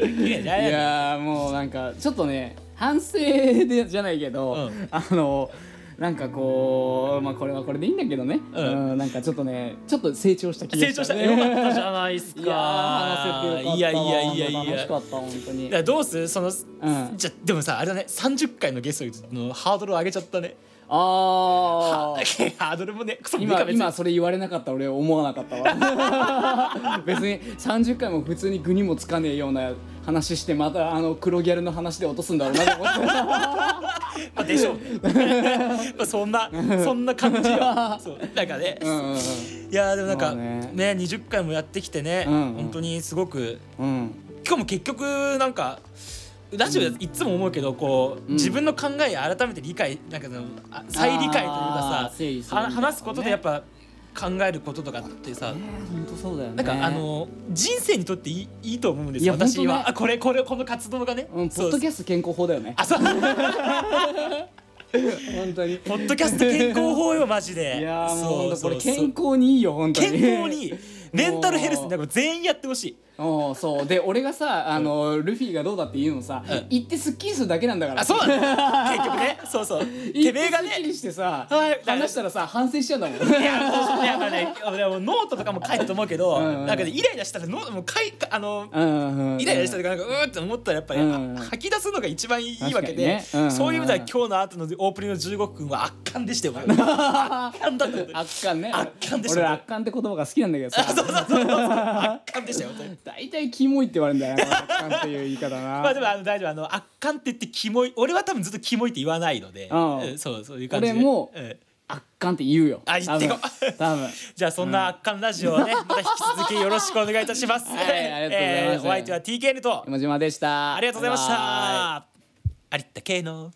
S2: 綺麗じゃない
S3: やーもうなんかちょっとね反省でじゃないけど、
S2: うん
S3: あのなんかこうまあこれはこれでいいんだけどね、
S2: うん
S3: うんなんかちょっとねちょっと成長した気が
S2: 成
S3: し
S2: 長
S3: た
S2: したよかったじゃないですか
S3: いやー話せてよかったわ
S2: いやいやいやいや
S3: 楽しかった本当に
S2: だからどうするその、
S3: ん
S2: じゃでもさあれだね30回のゲストのハードルを上げちゃったね
S3: あ
S2: は
S3: ー
S2: ハードルもねクソ
S3: 今
S2: いいか
S3: 今それ言われなかったら俺思わなかったわ [LAUGHS] 別に30回も普通に具にもつかねえような話してまたあの黒ギャルの話で落とすんだろうなと思って [LAUGHS]
S2: 別にまあでしょう [LAUGHS] ねまあそんなそんな感じよそうなんかね、
S3: うんうんうん
S2: いやーでもなん
S3: ま
S2: か
S3: あ
S2: ね
S3: ね
S2: 20回もやってきてね、
S3: うんうん
S2: 本当にすごく
S3: うん
S2: 今日も結局なんかラジオでいつも思うけどこう、
S3: ん
S2: 自分の考え改めて理解なんかそのあ再理解というか
S3: あー
S2: さ、
S3: 整理するみたいな
S2: は
S3: ね
S2: 話すことでやっぱ考えることとかってさ、
S3: ねえ本当そうだよね
S2: なんか、あの人生にとっていいいいと思うんです
S3: い
S2: よ
S3: や
S2: 私は、
S3: 本当ね
S2: あこれこれこの活動がね、
S3: うんポ
S2: そ
S3: ッ
S2: う
S3: ドキャスト健康法だよね
S2: あそう
S3: 本当にい
S2: ポッドキャスト健康法よマジで
S3: やーもう
S2: そう
S3: 本当これ
S2: そうそう
S3: 健康にいいよ本当に
S2: 健康にいいメンタルヘルスなんか全員やってほしい
S3: おそうで俺がさあのルフィがどうだって言うのさ、
S2: うん
S3: 言ってすっきりするだけなんだから
S2: あそうなの結局ねそうそうて
S3: 言っ
S2: めえ
S3: て
S2: が
S3: すっき
S2: ね
S3: りしてさ、
S2: はい
S3: 話したらさ反省しちゃうんだもん
S2: いやそういやまあね俺もうノートとかも書いてと思うけど
S3: うんうん
S2: なんかねイライラしたらノートもう書いあの
S3: イ
S2: イライラした
S3: 時
S2: とかなんかうーって思ったらやっぱり、
S3: うんうん
S2: 吐き出すのが一番いいわけで、
S3: 確かにねうんうんうん
S2: そういう意味では今日の後のオープニングの15分は圧巻でしたよ俺圧巻だったよ
S3: 圧巻ね
S2: 圧巻でした
S3: 俺圧巻って言葉が好きなんだけどさ
S2: 圧巻でしたよ本当に
S3: 大体キモいって言われるんだよねこの圧巻っていう言い方な
S2: [LAUGHS] まあでもあの大丈夫あの圧巻って言ってキモい俺は多分ずっとキモいって言わないので、
S3: うん
S2: うんそうそういう感じで
S3: 俺も
S2: うん
S3: 圧巻って言うよ
S2: あ言ってよ
S3: 多分多分
S2: じゃあそんな圧巻ラジオをね、また引き続きよろしくお願いいたします。
S3: はいありがとうございま
S2: えー
S3: す
S2: お相手は TKN と
S3: 山島でした
S2: ありがとうございまし
S3: バイバ
S2: た。
S3: イ
S2: 有田系の